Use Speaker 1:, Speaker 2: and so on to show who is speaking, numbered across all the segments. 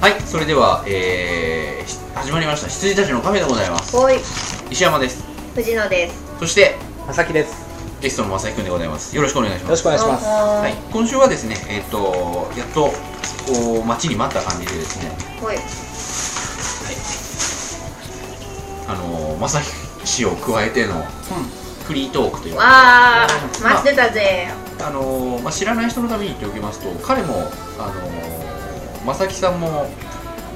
Speaker 1: はい、それでは、えー、し始まりました羊たちのカフェでございます
Speaker 2: おい
Speaker 1: 石山です
Speaker 2: 藤野です
Speaker 1: そして
Speaker 3: まさきです。
Speaker 1: ゲストのまさきくんでございますよろしくお願いし
Speaker 3: よ
Speaker 1: ま
Speaker 3: ろし
Speaker 1: す
Speaker 3: くお願いします。
Speaker 2: は
Speaker 1: はい、今週はですねえっ、とやっとこう待ちに待った感じでですね
Speaker 2: おい
Speaker 1: あのー、まさき氏を加えてのフリートークというか
Speaker 2: わー待ってたぜ
Speaker 1: あのーまあ、知らない人のために言っておきますと彼も、あのー、正木さんも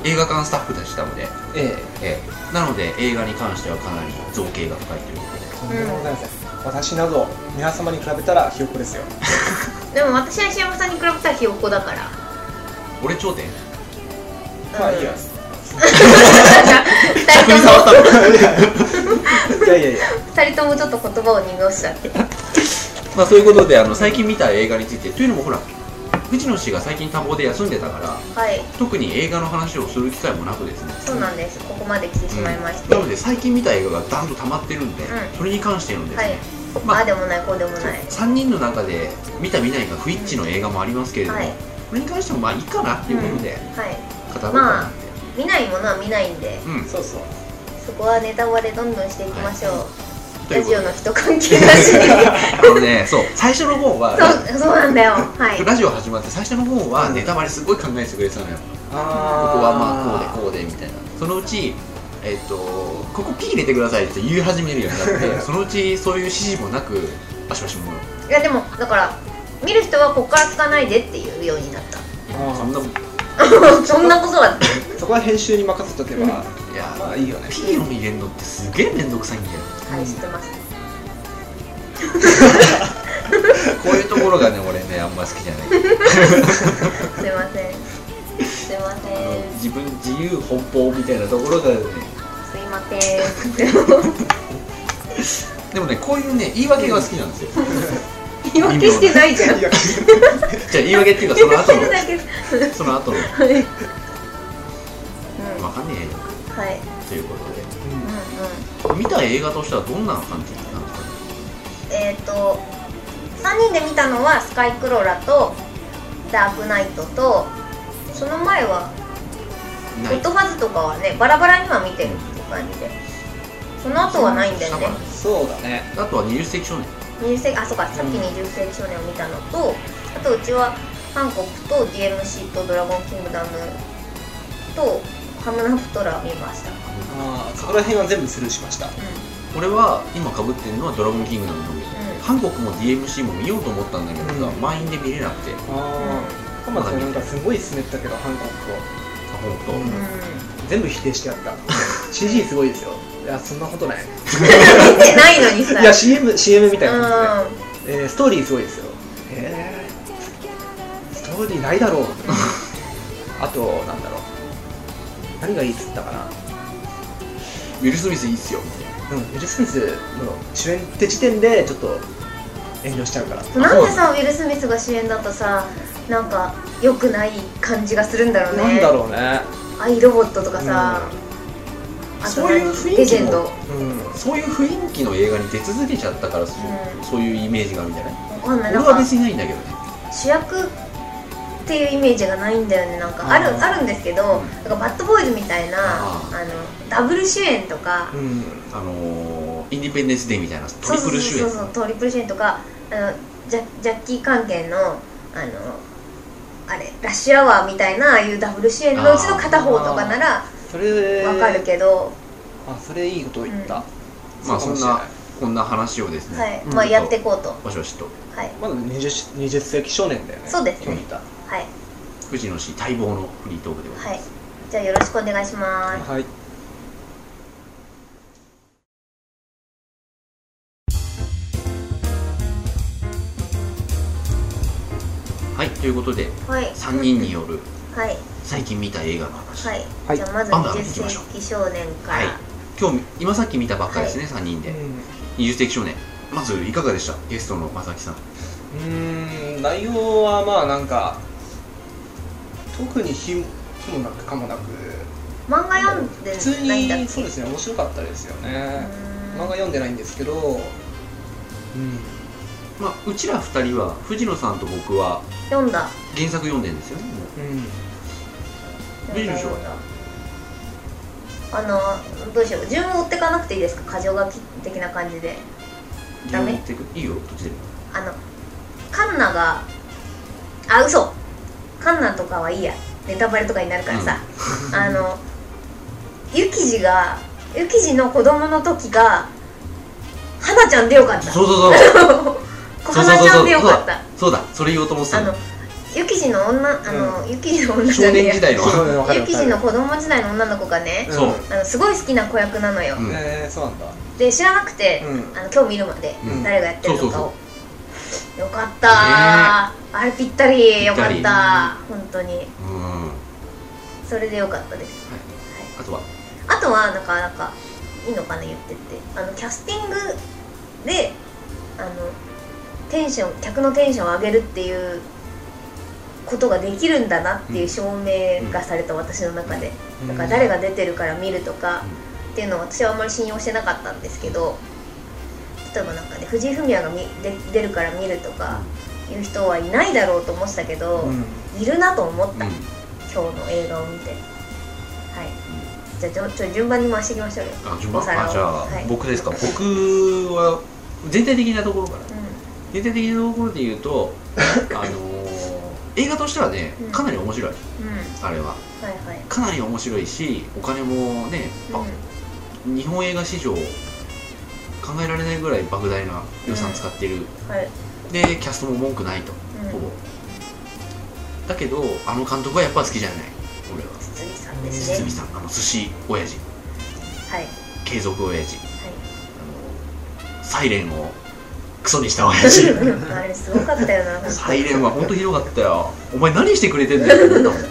Speaker 1: 映画館スタッフでしたので、
Speaker 3: え
Speaker 1: ええなので映画に関してはかなり造形が深いということ
Speaker 3: え、とんでもございません。私など皆様に比べたらひよこですよ。
Speaker 2: でも私は石山さんに比べたらひよっこだから
Speaker 1: で俺頂点
Speaker 3: まあいいや。
Speaker 2: 二
Speaker 1: 逆に
Speaker 2: 人
Speaker 1: 触っ
Speaker 2: と
Speaker 1: た
Speaker 2: も
Speaker 1: の
Speaker 3: いやいやいや。
Speaker 2: 二人ともちょっと言葉を濁しちゃって
Speaker 1: まあそういうことであの最近見た映画についてというのもほら藤野氏が最近多忙で休んでたから
Speaker 2: はい
Speaker 1: 特に映画の話をする機会もなくですね
Speaker 2: そうなんですここまで来てしまいまして、
Speaker 1: なので最近見た映画がダンと溜まってるんで、
Speaker 2: うん
Speaker 1: それに関してのですね、
Speaker 2: はい
Speaker 1: まあ
Speaker 2: ああでもないこうでもない
Speaker 1: 3人の中で見た見ないが不一致の映画もありますけれども、
Speaker 2: はい
Speaker 1: これに関してもまあいいかなっていうことで
Speaker 2: はい
Speaker 1: 語ろうかなって、
Speaker 2: 見ないものは見ないんで
Speaker 1: うん
Speaker 3: そう そう。
Speaker 2: そこはネタバレどんどんしていきましょう、
Speaker 1: とい
Speaker 2: ラ
Speaker 1: うこと
Speaker 2: ジ
Speaker 1: で
Speaker 2: オの人関係だしそ
Speaker 1: あのねそう最初の方はラ
Speaker 2: うそうなんだよ はい
Speaker 1: ラジオ始まって最初の方はネタバレすごい考えてくれてたのよここ
Speaker 3: あ
Speaker 1: はまあ
Speaker 3: こ
Speaker 1: こうでこうでみたいなそのうちえっとここ P 入れてくださいって言い始めるようにな ってそのうちそういう指示もなくバシバシもう
Speaker 2: いやでもだから見る人はこっから聞かないでっていうようになった
Speaker 1: そんな
Speaker 2: そんなことは
Speaker 3: そこは編集に任せとけば、
Speaker 1: いや
Speaker 3: まあいいよね。
Speaker 1: P を入れるのってすげえ面倒くさいんだよ
Speaker 2: はい知ってます
Speaker 1: こういうところがね俺ねあんま好きじゃない
Speaker 2: すいませんすいませ
Speaker 1: あの
Speaker 2: ん
Speaker 1: 自分自由奔放みたいなところがね
Speaker 2: すいません
Speaker 1: でもねこういうね言い訳が好きなんです よ
Speaker 2: 言い訳してないじゃん
Speaker 3: いや
Speaker 1: じゃあ言い訳っていうかそ
Speaker 2: 言い
Speaker 1: の後
Speaker 2: 訳し
Speaker 1: の
Speaker 2: てないけど
Speaker 1: その後の
Speaker 2: はいうん
Speaker 1: わかんねえよ
Speaker 2: はい
Speaker 1: ということで
Speaker 2: うんうん
Speaker 1: 見た映画としてはどんな感じなんですかね
Speaker 2: えっ、と3人で見たのは「スカイクロラ」と「ダークナイト」とその前は「ゴ
Speaker 1: ない
Speaker 2: ッドファズ」とかはねバラバラには見てるっていう感じでその後はないんだよね
Speaker 3: そうだね。
Speaker 1: あとは20世紀少年
Speaker 2: 20世紀あそうかさっき20世紀少年を見たのとあとうちは韓国と DMC と「ドラゴンキングダム」と「ハムナプトラ」見ました、
Speaker 3: ああ、そこら辺は全部スルーしました。
Speaker 2: う
Speaker 1: 俺は今かぶってるのは「ドラゴンキングダム」のみ
Speaker 2: ん
Speaker 1: 韓国も DMC も見ようと思ったんだけどさ、
Speaker 3: うん
Speaker 1: 満員で見れなくて
Speaker 3: ああ、浜田さんなんかすごい進めてたけど、韓国を
Speaker 1: 本当、
Speaker 3: うん
Speaker 2: ん、うん、
Speaker 3: 全部否定してやった。CG すごいですよ。いや、そんなこと ない。い
Speaker 2: 見てないのにさ
Speaker 3: や、CM、CM みたいな感じで。
Speaker 2: うん
Speaker 3: えー、ストーリーすごいですよえー、ストーリーないだろう あとなんだろう何がいいっつったかな
Speaker 1: ウィル・スミスいいっすよみたいな
Speaker 3: うんウィル・スミスの主演って時点でちょっと遠慮しちゃうから
Speaker 2: なんでさウィル・スミスが主演だとさなんか良くない感じがするんだろうね
Speaker 3: なんだろうね
Speaker 2: アイロボットとかさ、あと
Speaker 1: そういう雰囲気も
Speaker 2: レジェンドわ
Speaker 3: うん
Speaker 1: そういう雰囲気の映画に出続けちゃったからそう,、
Speaker 2: うん
Speaker 1: そういうイメージがあるんじゃない
Speaker 2: かんな
Speaker 1: 俺
Speaker 2: いなん
Speaker 1: は
Speaker 2: か
Speaker 1: 別にないんだけどね
Speaker 2: 主役っていうイメージがないんだよねなんかある
Speaker 3: あー
Speaker 2: あるんですけどなんかバッドボーイズみたいな
Speaker 1: あ
Speaker 2: あのダブル主演とか
Speaker 3: うん
Speaker 1: あのー、インディペンデンス・デーみたいなト
Speaker 2: そう
Speaker 1: リ
Speaker 2: そ
Speaker 1: プ
Speaker 2: う
Speaker 1: ル主演
Speaker 2: そうそうトリプル主演とかあのジャジャッキー関係のあのあれラッシュアワーみたいなああいうダブル主演のうちの片方とかなら
Speaker 3: それ
Speaker 2: わかるけど、
Speaker 3: あそれいいこと言った、
Speaker 1: まあそ
Speaker 3: そうんかもしれ
Speaker 1: ないこんな話をですね、
Speaker 2: はい、
Speaker 3: うん
Speaker 2: まあやっていこうと、
Speaker 1: わしわしと
Speaker 2: はい、
Speaker 3: まだ 20, 20世紀少年だよね
Speaker 2: そうですね
Speaker 3: 今日見た
Speaker 2: はい、
Speaker 1: 藤野氏待望のフリートークでございます、
Speaker 2: はい、じゃあよろしくお願いします。
Speaker 3: はい
Speaker 1: はい、ということで
Speaker 2: はい、
Speaker 1: 3人による
Speaker 2: はい、
Speaker 1: 最近見た映画の話、
Speaker 2: はい、
Speaker 3: はい
Speaker 2: じゃあまず
Speaker 1: バンバン
Speaker 2: 20
Speaker 1: 行きましょう
Speaker 2: 世紀少年か
Speaker 1: はい
Speaker 2: ら。
Speaker 1: 今日今さっき見たばっかですね、3人
Speaker 3: う
Speaker 1: で
Speaker 3: ん
Speaker 1: 20世紀少年まずいかがでしたゲストの正木さん
Speaker 3: うーん内容はまあなんか特に火も火もなくかもなく
Speaker 2: 漫画読んで
Speaker 3: 普通
Speaker 2: ないんだっ
Speaker 3: に
Speaker 2: け。
Speaker 3: そうですね面白かったですよ
Speaker 2: う
Speaker 3: ね
Speaker 2: ーん
Speaker 3: 漫画読んでないんですけどうん
Speaker 1: まあうちら2人は藤野さんと僕は
Speaker 2: 読んだ。
Speaker 1: 原作読んでるんですよねもう
Speaker 3: うん
Speaker 1: いいでしょ
Speaker 2: なんだろうなあのどうしよう順を追っていかなくていいですか箇条書き的な感じでダ
Speaker 1: 順を
Speaker 2: メ
Speaker 1: 追っていくいいよどっちでも
Speaker 2: あのカンナがあ嘘カンナとかはいいやネタバレとかになるからさ、あのユキジがユキジの子供の時が花ちゃんでよかった
Speaker 1: そうそうそうそ
Speaker 2: 小
Speaker 1: うそう
Speaker 2: 花ち
Speaker 1: そ
Speaker 2: ゃ
Speaker 1: うん
Speaker 2: でよ
Speaker 1: そう
Speaker 2: かっ
Speaker 1: だ
Speaker 2: た
Speaker 1: そうだそれ言おうと思って
Speaker 2: あ
Speaker 1: た
Speaker 2: の
Speaker 1: の
Speaker 2: ユキジの女あの、ユキジの女
Speaker 1: 少
Speaker 2: じゃねえ
Speaker 1: 年
Speaker 2: や
Speaker 1: 時代の
Speaker 3: そうねわかる
Speaker 2: ユ
Speaker 3: わ
Speaker 2: キ
Speaker 3: か
Speaker 2: ジ
Speaker 3: る
Speaker 2: の子供時代の女の子がね、
Speaker 1: そう
Speaker 2: あのすごい好きな子役なのよ、
Speaker 1: うん
Speaker 3: えー、そうなんだ
Speaker 2: で知らなくて、
Speaker 3: うん
Speaker 2: あの今日見るまで、
Speaker 1: うん
Speaker 2: 誰がやってるのかを
Speaker 1: そ
Speaker 2: よかったー、あれぴったりよかっ
Speaker 1: ぴった
Speaker 2: 本当に
Speaker 1: うん
Speaker 2: それでよかったです、
Speaker 1: はいあとは
Speaker 2: あとはなんかなんかいいのかな言ってってあのキャスティングであのテンション客のテンションを上げるっていうことができるんだなっていう証明がされた私の中で、
Speaker 3: うん
Speaker 2: だから誰が出てるから見るとかっていうのは私はあんまり信用してなかったんですけど例えばなんかね藤井フミヤが見で出るから見るとかいう人はいないだろうと思ってたけど、
Speaker 3: うん
Speaker 2: いるなと思った、
Speaker 1: うん
Speaker 2: 今日の映画を見てはいじゃあちょちょ順番に回していきましょうよ
Speaker 1: あ順番
Speaker 2: お皿
Speaker 1: あ
Speaker 2: を
Speaker 1: じゃあ
Speaker 2: はい
Speaker 1: 僕ですか 僕は全体的なところから
Speaker 2: う
Speaker 1: 全体的なところで言う とあのー映画としてはね
Speaker 2: うん
Speaker 1: かなり面白い
Speaker 2: んうん
Speaker 1: あれは
Speaker 2: はいはい
Speaker 1: かなり面白いしお金もねば
Speaker 2: う
Speaker 1: 日本映画史上考えられないぐらい莫大な予算使ってる
Speaker 2: んはい
Speaker 1: でキャストも文句ないと
Speaker 2: うん
Speaker 1: ほぼだけどあの監督はやっぱ好きじゃない俺は
Speaker 2: 堤さんです
Speaker 1: 堤
Speaker 2: ね
Speaker 1: さんあの寿司親父
Speaker 2: はい はい
Speaker 1: 継続親父あのサイレンをクソにした親父
Speaker 2: あれすごかったよな本
Speaker 1: サイレンは本当ひどかったよお前何してくれてんだよって思ったもんで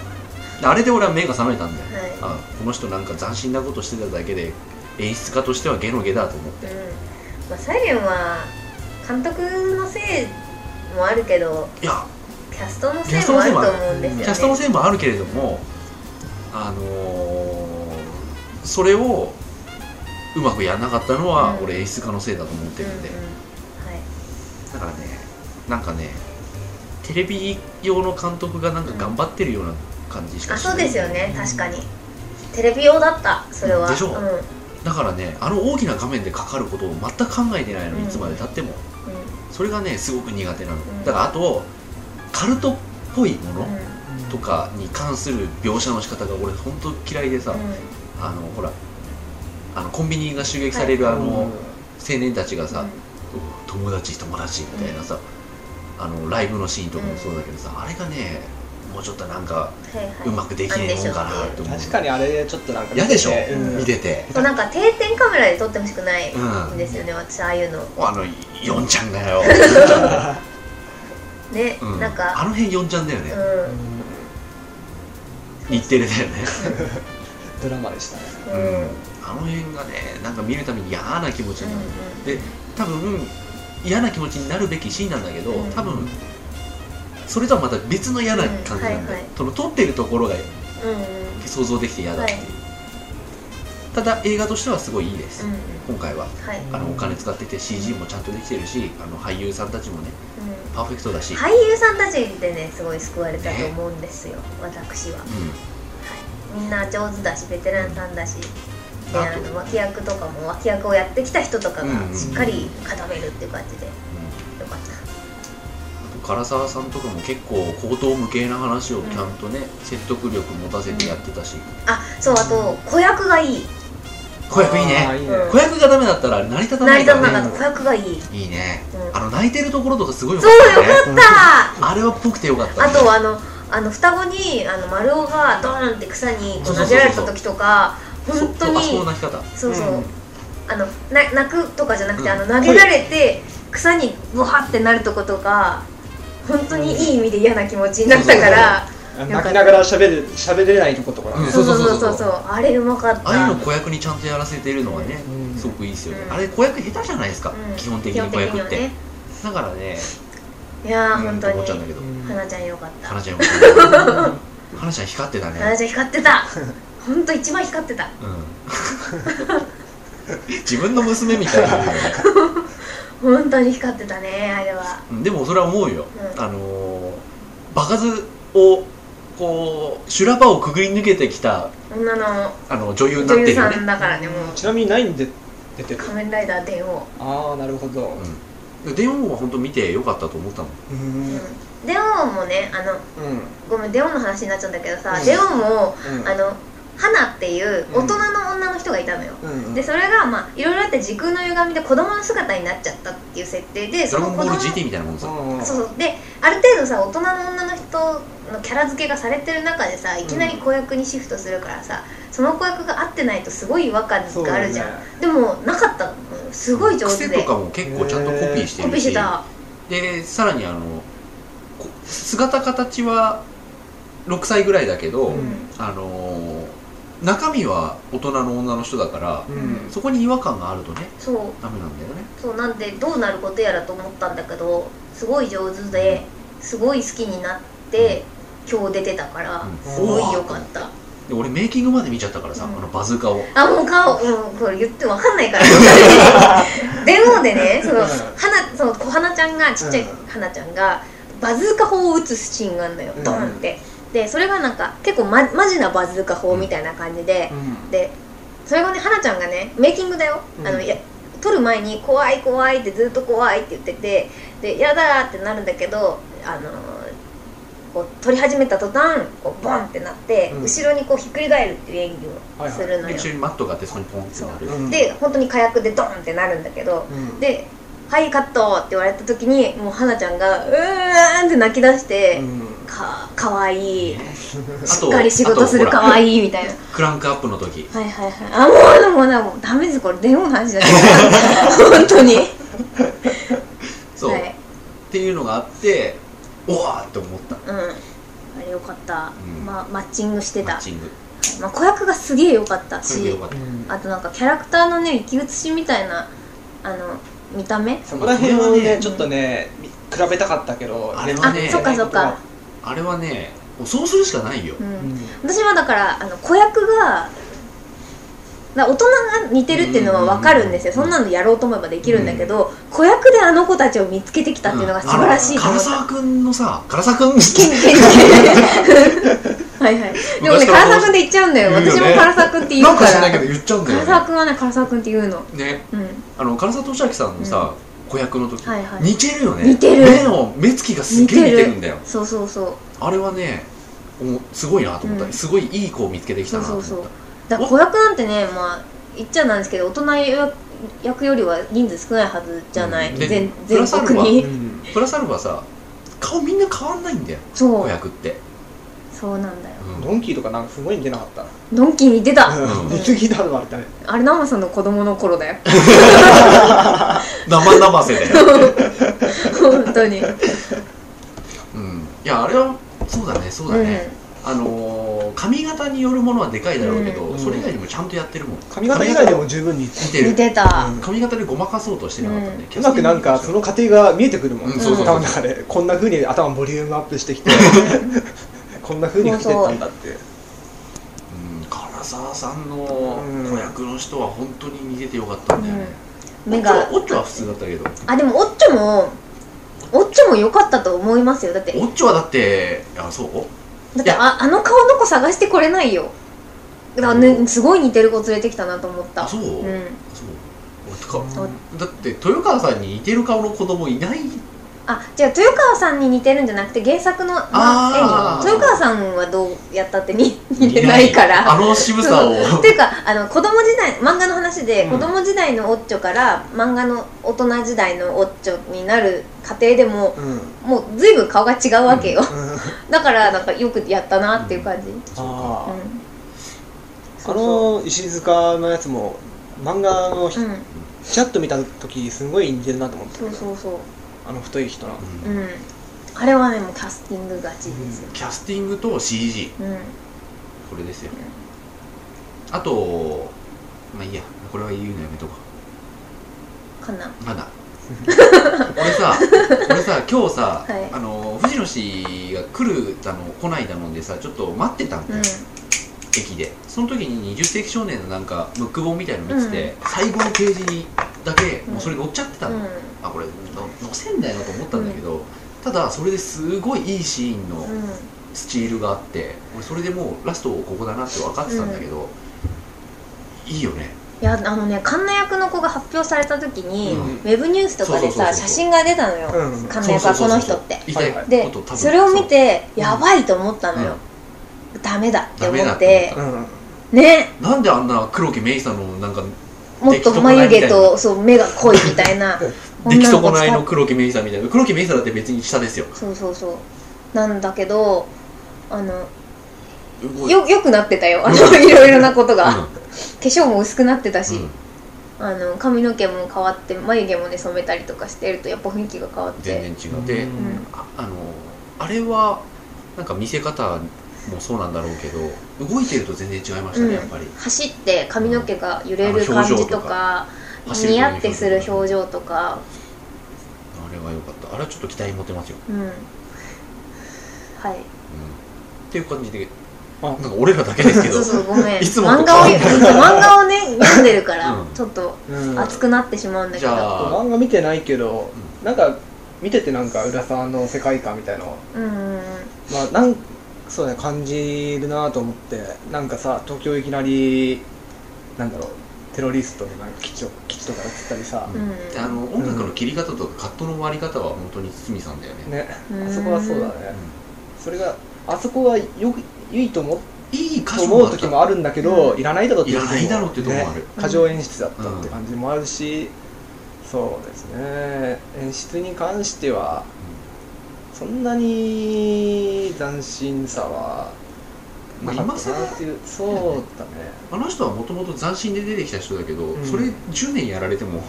Speaker 1: あれで俺は目が覚めたんだよ
Speaker 2: 当はい
Speaker 1: あこの人なんか斬新なことしてただけで演出家としてはゲのゲだと思って
Speaker 2: うんまあ、サイレンは監督のせいもあるけど
Speaker 1: いや
Speaker 2: キャストのせいもあると思うんですよね
Speaker 1: キャストの
Speaker 2: い
Speaker 1: せいもあるけれども、あのーそれをうまくやらなかったのは、
Speaker 2: うん
Speaker 1: 俺演出家のせいだと思ってるんで、
Speaker 2: うんうん
Speaker 1: だからねなんかねテレビ用の監督がなんか頑張ってるような感じし
Speaker 2: はい、あ
Speaker 1: かしない、
Speaker 2: そうですよね確かにテレビ用だったそれは
Speaker 1: でしょ
Speaker 2: うん、
Speaker 1: だからねあの大きな画面でかかることを全く考えてないの
Speaker 2: うん
Speaker 1: いつまでたっても、
Speaker 2: う
Speaker 1: それがねすごく苦手なの、
Speaker 2: ん
Speaker 1: だからあとカルトっぽいもの、
Speaker 2: んうん
Speaker 1: とかに関する描写の仕方が俺本当嫌いでさ、あのほらあのコンビニが襲撃される、
Speaker 3: うん
Speaker 1: あの青年たちが
Speaker 2: う
Speaker 1: さ
Speaker 2: ん
Speaker 1: 「友達友達」みたいなさ、あのライブのシーンとかもそうだけどさ、あれがねもうちょっとなんか
Speaker 2: はいはいう
Speaker 1: まくできねえもんかなって思う
Speaker 3: 確かにあれちょっとなんか
Speaker 1: 嫌でしょ、
Speaker 3: うん
Speaker 1: 見てて、
Speaker 2: そうなんか定点カメラで撮ってほしくない
Speaker 1: うん
Speaker 2: んですよね、私ああいうの
Speaker 1: あのヨンちゃんがよ、
Speaker 2: ね、
Speaker 1: うん、
Speaker 2: なん
Speaker 1: あ
Speaker 2: か
Speaker 1: の辺ヨンちゃんだよね、
Speaker 2: う
Speaker 1: 日テレだよね、
Speaker 3: ドラマでしたね
Speaker 1: う
Speaker 2: んうんん
Speaker 1: あの辺がねなんか見るたびに嫌な気持ちになる、
Speaker 2: う
Speaker 1: で多分嫌な気持ちになるべきシーンなんだけど、
Speaker 2: うん
Speaker 1: 多分それとはまた別の嫌な感じなんで、
Speaker 2: うんはいはい
Speaker 1: その撮ってるところが
Speaker 2: んうんうん
Speaker 1: 想像できて嫌だっていう、
Speaker 2: はい
Speaker 1: ただ映画としてはすごいいいです、
Speaker 2: うん
Speaker 1: 今回は
Speaker 2: はい、
Speaker 1: あのお金使ってて CG もちゃんとできてるしあの俳優さんたちもね
Speaker 2: うん
Speaker 1: パーフェクトだし、
Speaker 2: 俳優さんたちでねすごい救われたと思うんですよ、私は、は
Speaker 1: う
Speaker 2: い、みんな上手だしベテランさんだしで
Speaker 1: あ
Speaker 2: あ
Speaker 1: と
Speaker 2: の脇役とかも脇役をやってきた人とか
Speaker 1: うんう
Speaker 2: が
Speaker 1: ん
Speaker 2: しっかり固めるっていう感じでよ
Speaker 1: んうん
Speaker 2: かった
Speaker 1: あと唐沢さんとかも結構口頭無形な話をちゃんとね、説得力持たせてやってたし、
Speaker 2: あそうあと子役がいい
Speaker 1: 子役いい
Speaker 3: あー
Speaker 1: ね
Speaker 3: いい
Speaker 2: うん
Speaker 1: 子役がダメだったら成り立た
Speaker 2: 成
Speaker 1: な
Speaker 2: り
Speaker 1: い
Speaker 2: 立
Speaker 1: か
Speaker 2: たな
Speaker 1: ら
Speaker 2: か
Speaker 1: ね
Speaker 2: った子役がいい
Speaker 1: いいね、
Speaker 2: う
Speaker 1: あ
Speaker 2: ん
Speaker 1: の泣いてるところとかすごいよか
Speaker 2: そ
Speaker 1: っ
Speaker 2: う
Speaker 1: たね
Speaker 2: よかった
Speaker 1: あれはっぽくてよかった
Speaker 2: あとあのあの双子にあの丸尾がドーンって草にこう投げられた時とか
Speaker 1: そ
Speaker 2: 本当
Speaker 1: そうあそこ
Speaker 2: に
Speaker 1: の泣き方
Speaker 2: そうそう、
Speaker 3: うん
Speaker 2: あのな泣くとかじゃなくて、
Speaker 1: うん
Speaker 2: あの投げられて草にブハってなるとことか本当にいい意味で嫌な気持ちになったから、
Speaker 3: 泣きながら喋る喋れないとことか、
Speaker 1: うん
Speaker 2: そうそう
Speaker 1: そうそう
Speaker 2: そ
Speaker 1: う
Speaker 2: そ
Speaker 1: そうう
Speaker 2: そうあれうまかった
Speaker 1: ああいうの子役にちゃんとやらせているのはね、
Speaker 3: うん
Speaker 1: すごくいいですよね、
Speaker 2: うん
Speaker 1: あれ子役下手じゃないですか、
Speaker 2: うん
Speaker 1: 基本的に子役って、
Speaker 2: 基本的にはね
Speaker 1: だからね
Speaker 2: いや
Speaker 1: うん
Speaker 2: ー、本
Speaker 1: と
Speaker 2: 当
Speaker 1: 思っちゃうんだ
Speaker 2: に
Speaker 1: けど、
Speaker 3: うん
Speaker 2: 花ちゃんよかった
Speaker 1: 花ちゃんよ かった花ちゃん光ってた
Speaker 2: 花
Speaker 1: ね、
Speaker 2: ちゃん光ってた本当一番光ってた
Speaker 1: うん、自分の娘みたいな、
Speaker 2: 本当に光ってたねあれは
Speaker 1: うんでもそれは思うよ、
Speaker 2: うん
Speaker 1: あのー場数をこう修羅場をくぐり抜けてきた
Speaker 2: 女の
Speaker 1: あの女優になっ
Speaker 2: 女
Speaker 1: てる
Speaker 2: 優
Speaker 1: よ
Speaker 2: さ
Speaker 1: ね
Speaker 2: んだからねもう
Speaker 3: ちなみに何で出
Speaker 2: 「
Speaker 3: てる
Speaker 2: 仮面ライダー電王」
Speaker 3: ああなるほど
Speaker 1: うん電王は本当見てよかったと思ったもん
Speaker 3: う
Speaker 2: うん
Speaker 3: うん
Speaker 2: ん電王もねあの
Speaker 3: うん
Speaker 2: ごめん電王の話になっちゃうんだけどさ、
Speaker 3: うん
Speaker 2: 電王も
Speaker 3: うん
Speaker 2: あの花っていう
Speaker 3: う
Speaker 2: 大
Speaker 3: ん
Speaker 2: 人の女の人がいたのよ、
Speaker 3: うん
Speaker 2: でそれがまあいろいろあって時空の歪みで子供の姿になっちゃったっていう設定で
Speaker 1: ド
Speaker 2: そ
Speaker 1: ラ
Speaker 2: の
Speaker 1: ゴン
Speaker 2: 子
Speaker 1: ボー
Speaker 2: 供
Speaker 1: ル GT みたいなもんさ
Speaker 3: うん
Speaker 2: そうそうである程度さ大人の女の人のキャラ付けがされてる中でさいきなり子役にシフトするからさ、その子役が合ってないとすごい違和感
Speaker 3: そう
Speaker 2: があ
Speaker 3: だよ
Speaker 2: るじ
Speaker 3: ね
Speaker 2: ゃん、でもなかったのすごい上手
Speaker 1: 癖と
Speaker 2: で
Speaker 1: かも結構ちゃんとコピーして
Speaker 2: コ
Speaker 1: る
Speaker 2: ピーして
Speaker 1: したでさらにあのこ姿形は6歳ぐらいだけど、
Speaker 3: うん
Speaker 1: あのー中身は大人の女の人だから、
Speaker 3: うん
Speaker 1: そこに違和感があるとね
Speaker 2: そう
Speaker 1: ダメなんだよね
Speaker 2: そうなんでどうなることやらと思ったんだけどすごい上手ですごい好きになって今日出てたから
Speaker 1: うん
Speaker 2: すごい良かった
Speaker 1: で俺メイキングまで見ちゃったからさ、
Speaker 2: うん
Speaker 1: あのバズーカを
Speaker 2: あもう顔うんこれ言っても分かんないから 電話でねその
Speaker 3: うん
Speaker 2: 花その小花ちゃんがちっちゃい
Speaker 3: うん
Speaker 2: 花ちゃんがバズーカ砲を撃つシーンがあるのよ
Speaker 3: うん
Speaker 2: ドーンってでそれがなんか結構まマジなバズーカ砲みたいな感じで
Speaker 3: うん
Speaker 2: でそれがね花ちゃんがねメイキングだよ、
Speaker 3: うん
Speaker 2: あのや撮る前に「怖い怖い」ってずっと怖いって言っててで「やだ」ってなるんだけどあのーこう撮り始めた途端こうボンってなって、
Speaker 3: うん
Speaker 2: 後ろにこうひっくり返るっていう演技
Speaker 3: はい
Speaker 2: を
Speaker 3: はい
Speaker 2: するの
Speaker 1: で
Speaker 2: よ、
Speaker 1: 一緒にマットがあってそこにポンってなる、
Speaker 3: うん
Speaker 2: で本当に火薬でドンってなるんだけど、
Speaker 3: うん
Speaker 2: で「はいカット」って言われた時にもう花ちゃんが「うーん」って泣き出して、
Speaker 3: うん
Speaker 2: かかわいい
Speaker 1: あと
Speaker 2: しっかり仕事す
Speaker 1: あ
Speaker 2: る
Speaker 1: と
Speaker 2: か
Speaker 1: ほら
Speaker 2: わいいみたいな
Speaker 1: クランクアップの時
Speaker 2: はいはいはい。あ、もう、もう、もう、もうダメです、これ、電話の話だから。本当に。
Speaker 1: そう、
Speaker 2: は
Speaker 1: っ
Speaker 2: い。
Speaker 1: ていうのがあっておわーって思った
Speaker 2: うん。あれ、よかった。
Speaker 1: うん
Speaker 2: ま、マッチングして
Speaker 1: マ
Speaker 2: た
Speaker 1: ッ。チング
Speaker 2: まあ、子役がすげえよかった
Speaker 1: それでよ
Speaker 2: し
Speaker 1: か、った、
Speaker 2: あとなんか、キャラクターのね、生き写しみたいな、あの、見た目。
Speaker 3: そこら辺を
Speaker 1: これは
Speaker 3: ね
Speaker 1: ね
Speaker 3: ちょっとねみ比べたかったけど
Speaker 1: あれは
Speaker 2: あ
Speaker 1: ね、
Speaker 2: そっかそっか。
Speaker 1: あれはねそうするしかないよ、
Speaker 2: う。
Speaker 3: うんん
Speaker 2: 私はだから、あの、子役が、だ大人が似てるっていうのは分かるんですよ、
Speaker 1: うん
Speaker 2: そんなのやろうと思えばできるんだけど、子役であの子たちを見つけてきたっていうのが素晴らしいと思
Speaker 1: 唐
Speaker 2: った、
Speaker 1: 沢くんのさ唐沢くん
Speaker 2: ケンケンケン はいはいでもね
Speaker 1: 昔
Speaker 2: 唐
Speaker 1: から
Speaker 2: 沢くんって言っちゃうんだよ
Speaker 1: 言うよ
Speaker 2: 私
Speaker 1: ね
Speaker 2: も唐沢くんって 言
Speaker 1: な
Speaker 2: うんか
Speaker 1: かしない
Speaker 2: ら
Speaker 1: けど言っちゃうんだ
Speaker 2: 唐
Speaker 1: よ
Speaker 2: 沢くんはね唐沢くんって言うの
Speaker 1: ねね
Speaker 2: うん
Speaker 1: あの唐沢俊明さんのさ、子役の時、
Speaker 2: はいはい
Speaker 1: 似てるよね
Speaker 2: 似てる
Speaker 1: 目の目つきがすげえ似てるんだよ
Speaker 2: そうそうそう
Speaker 1: あれはねおすごいなと思った、
Speaker 2: うん
Speaker 1: すごいいい子を見つけてきたなと思った
Speaker 2: そうそうだから子役なんてねまあ言っちゃなんですけど大人役よりは人数少ないはずじゃない、
Speaker 1: うんで
Speaker 2: 全
Speaker 1: プラ
Speaker 2: 全
Speaker 1: スアルファ
Speaker 2: 国に
Speaker 1: プラスアルファさ顔みんな変わんないんだよ
Speaker 2: そ
Speaker 1: 子
Speaker 2: う
Speaker 1: 役って、
Speaker 2: そうなんだよ
Speaker 1: うん
Speaker 3: ドンキーとかなんかすごい似てなかった
Speaker 2: ドンキー似てた、
Speaker 1: うん
Speaker 3: 似すぎだろあれだね
Speaker 2: あれナマさんの子供の 頃だよ
Speaker 1: 生々せ で、
Speaker 2: 本当に
Speaker 1: うん、いやあれはそうだねそうだね、あのー、髪型によるものはでかいだろうけど、
Speaker 3: うん
Speaker 1: それ以外にもちゃんとやってるもん
Speaker 3: 髪型以外でも十分似て
Speaker 1: 似
Speaker 2: う
Speaker 1: て
Speaker 2: ん、
Speaker 1: る
Speaker 2: 似てた、
Speaker 3: うん
Speaker 1: 髪型でごまかそうとしてなかったね、
Speaker 3: うまくなんかその過程が見えてくるもん、
Speaker 1: うん
Speaker 2: そうそうそう
Speaker 3: 頭の中でこんな風に頭ボリュームアップしてきてこんな風にかけてったんだって
Speaker 1: うん唐沢さんの子役の人は本当に似ててよかったんだよね、
Speaker 2: 目が
Speaker 1: オッチョはオッチョは普通だったけど
Speaker 2: あでもオッチョもオッチョも良かったと思いますよだって
Speaker 1: オッチョはだってあそう
Speaker 2: だって
Speaker 1: いや
Speaker 2: ああの顔の子探してこれないよだから、
Speaker 1: うん
Speaker 2: ね、すごい似てる子連れてきたなと思った
Speaker 1: あそう、
Speaker 2: う
Speaker 1: そう
Speaker 2: うん
Speaker 1: 俺とか
Speaker 2: そう
Speaker 1: だって豊川さんに似てる顔の子供いない
Speaker 2: あじゃあ豊川さんに似てるんじゃなくて原作の、ま
Speaker 1: あ
Speaker 2: あ、
Speaker 1: ー
Speaker 2: 演技豊川さんはどうやったってに似てないから
Speaker 1: あの渋さを
Speaker 2: そうっていうかあの子供時代漫画の話で、
Speaker 3: うん
Speaker 2: 子供時代のオッチョから漫画の大人時代のオッチョになる過程でも
Speaker 3: うん、うん、
Speaker 2: もう随分顔が違うわけよ、だからなんかよくやったなっていう感じ、うん
Speaker 3: あー
Speaker 2: そ
Speaker 3: あ
Speaker 2: うそう
Speaker 3: の石塚のやつも漫画のひ
Speaker 2: うん
Speaker 3: ちらっと見た時すごい似てるなと思って
Speaker 2: そうそうそう
Speaker 3: あの太い人な
Speaker 1: うん
Speaker 2: うんあれはねもうキャスティング勝ちですよ
Speaker 1: キャスティングと CG
Speaker 2: うん、
Speaker 1: これですよあとまあいいやこれは言うのやめとこう
Speaker 2: かな
Speaker 1: まだ俺 さ俺さ今日さ、
Speaker 2: はい
Speaker 1: あの藤野氏が来るだの来ないだのでさちょっと待ってたんだ
Speaker 2: う
Speaker 1: よ、
Speaker 2: ん
Speaker 1: 駅でその時に20世紀少年のなんかムック本みたいなの見てて、最後のページにだけもうそれ載っちゃってたの、
Speaker 2: う
Speaker 1: あこれの載せんだよなと思ったんだけど、ただそれですごいいいシーンの
Speaker 2: んうん
Speaker 1: スチールがあって俺それでもうラストここだなって分かってたんだけど、いいよね
Speaker 2: いやあのねカンナ役の子が発表された時に、
Speaker 1: うん
Speaker 2: ウェブニュースとか
Speaker 1: そ
Speaker 2: でさ
Speaker 1: うそうそうそう
Speaker 2: 写真が出たのよ、
Speaker 3: うん
Speaker 2: カンナ役はこの人って
Speaker 1: そうそうそうそう言いたい
Speaker 2: で
Speaker 1: こと多分
Speaker 2: それを見て
Speaker 3: そう
Speaker 2: やばいと思ったのよ、ダメだって思っ
Speaker 1: ダメ
Speaker 2: て
Speaker 1: だって
Speaker 3: うんうん
Speaker 2: ね
Speaker 1: そうなんであんな黒木メイさんのなんか
Speaker 2: もっと眉毛とそう目が濃いみたい な
Speaker 1: 出来損ない
Speaker 2: 女
Speaker 1: の
Speaker 2: 子
Speaker 1: 黒木メイさんみたいな黒木メイさんだって別に下ですよ
Speaker 2: 使っそうそうそうなんだけどあの
Speaker 1: 動い
Speaker 2: よよくなってたよあの
Speaker 1: よくなった
Speaker 2: いろいろなことが、
Speaker 1: うん
Speaker 2: 化粧も薄くなってたし、
Speaker 1: うん
Speaker 2: あの髪の毛も変わって眉毛もね染めたりとかしてるとやっぱ雰囲気が変わって
Speaker 1: 全然違うで、
Speaker 3: うん
Speaker 2: うん
Speaker 1: ああのあれはなんか見せ方もそうなんだろうけど動いてると全然違いましたね、
Speaker 2: うん
Speaker 1: やっぱり
Speaker 2: 走って髪の毛が揺れる
Speaker 1: あの
Speaker 2: 感
Speaker 1: 表情
Speaker 2: じ
Speaker 1: と
Speaker 2: とか
Speaker 1: 走る
Speaker 2: 似合ってする表情とか、
Speaker 1: あれは良かったあれはちょっと期待持てますよ、
Speaker 2: うん、はい
Speaker 1: うん、っていう感じで
Speaker 3: あ
Speaker 1: なんか俺らだけですけど
Speaker 2: そうそうごめ ん
Speaker 1: いつもと
Speaker 2: 漫画を
Speaker 1: 変わんない
Speaker 2: そう漫画をね 読んでるから、
Speaker 1: うん
Speaker 2: ちょっと
Speaker 3: うん
Speaker 2: 熱くなってしまうんだけ
Speaker 1: じゃ
Speaker 2: ど
Speaker 1: あ
Speaker 3: 漫画見てないけど、なんか見ててなんか浦さんの世界観みたいなの
Speaker 2: うんうんうん
Speaker 3: まあなんそうね感じるなと思ってなんかさ東京いきなりなんだろうテロリストのなんか基地を基地とか映ったりさ、
Speaker 1: うん
Speaker 2: うん
Speaker 1: あの音楽の切り方とかカットの割り方は本当に堤さんだよね、
Speaker 3: ね
Speaker 2: うん
Speaker 3: あそこはそうだね、それがあそこはよく良いと思っ
Speaker 1: うんいい箇
Speaker 3: と
Speaker 1: 所
Speaker 3: 思
Speaker 1: もあ
Speaker 3: う
Speaker 1: っ
Speaker 3: 時
Speaker 1: た
Speaker 3: もあるんだけど、
Speaker 2: うん
Speaker 3: いらないだろうって
Speaker 1: い
Speaker 3: いう
Speaker 1: ら
Speaker 3: 時も
Speaker 1: ないだろうっていうとこもある、
Speaker 3: ね過剰演出だったって感じもあるし、そうですね演出に関してはそんなに斬新さはなかったなっていうそうだね
Speaker 1: あの人はもともと斬新で出てきた人だけど、
Speaker 3: うん
Speaker 1: それ10年やられても
Speaker 2: も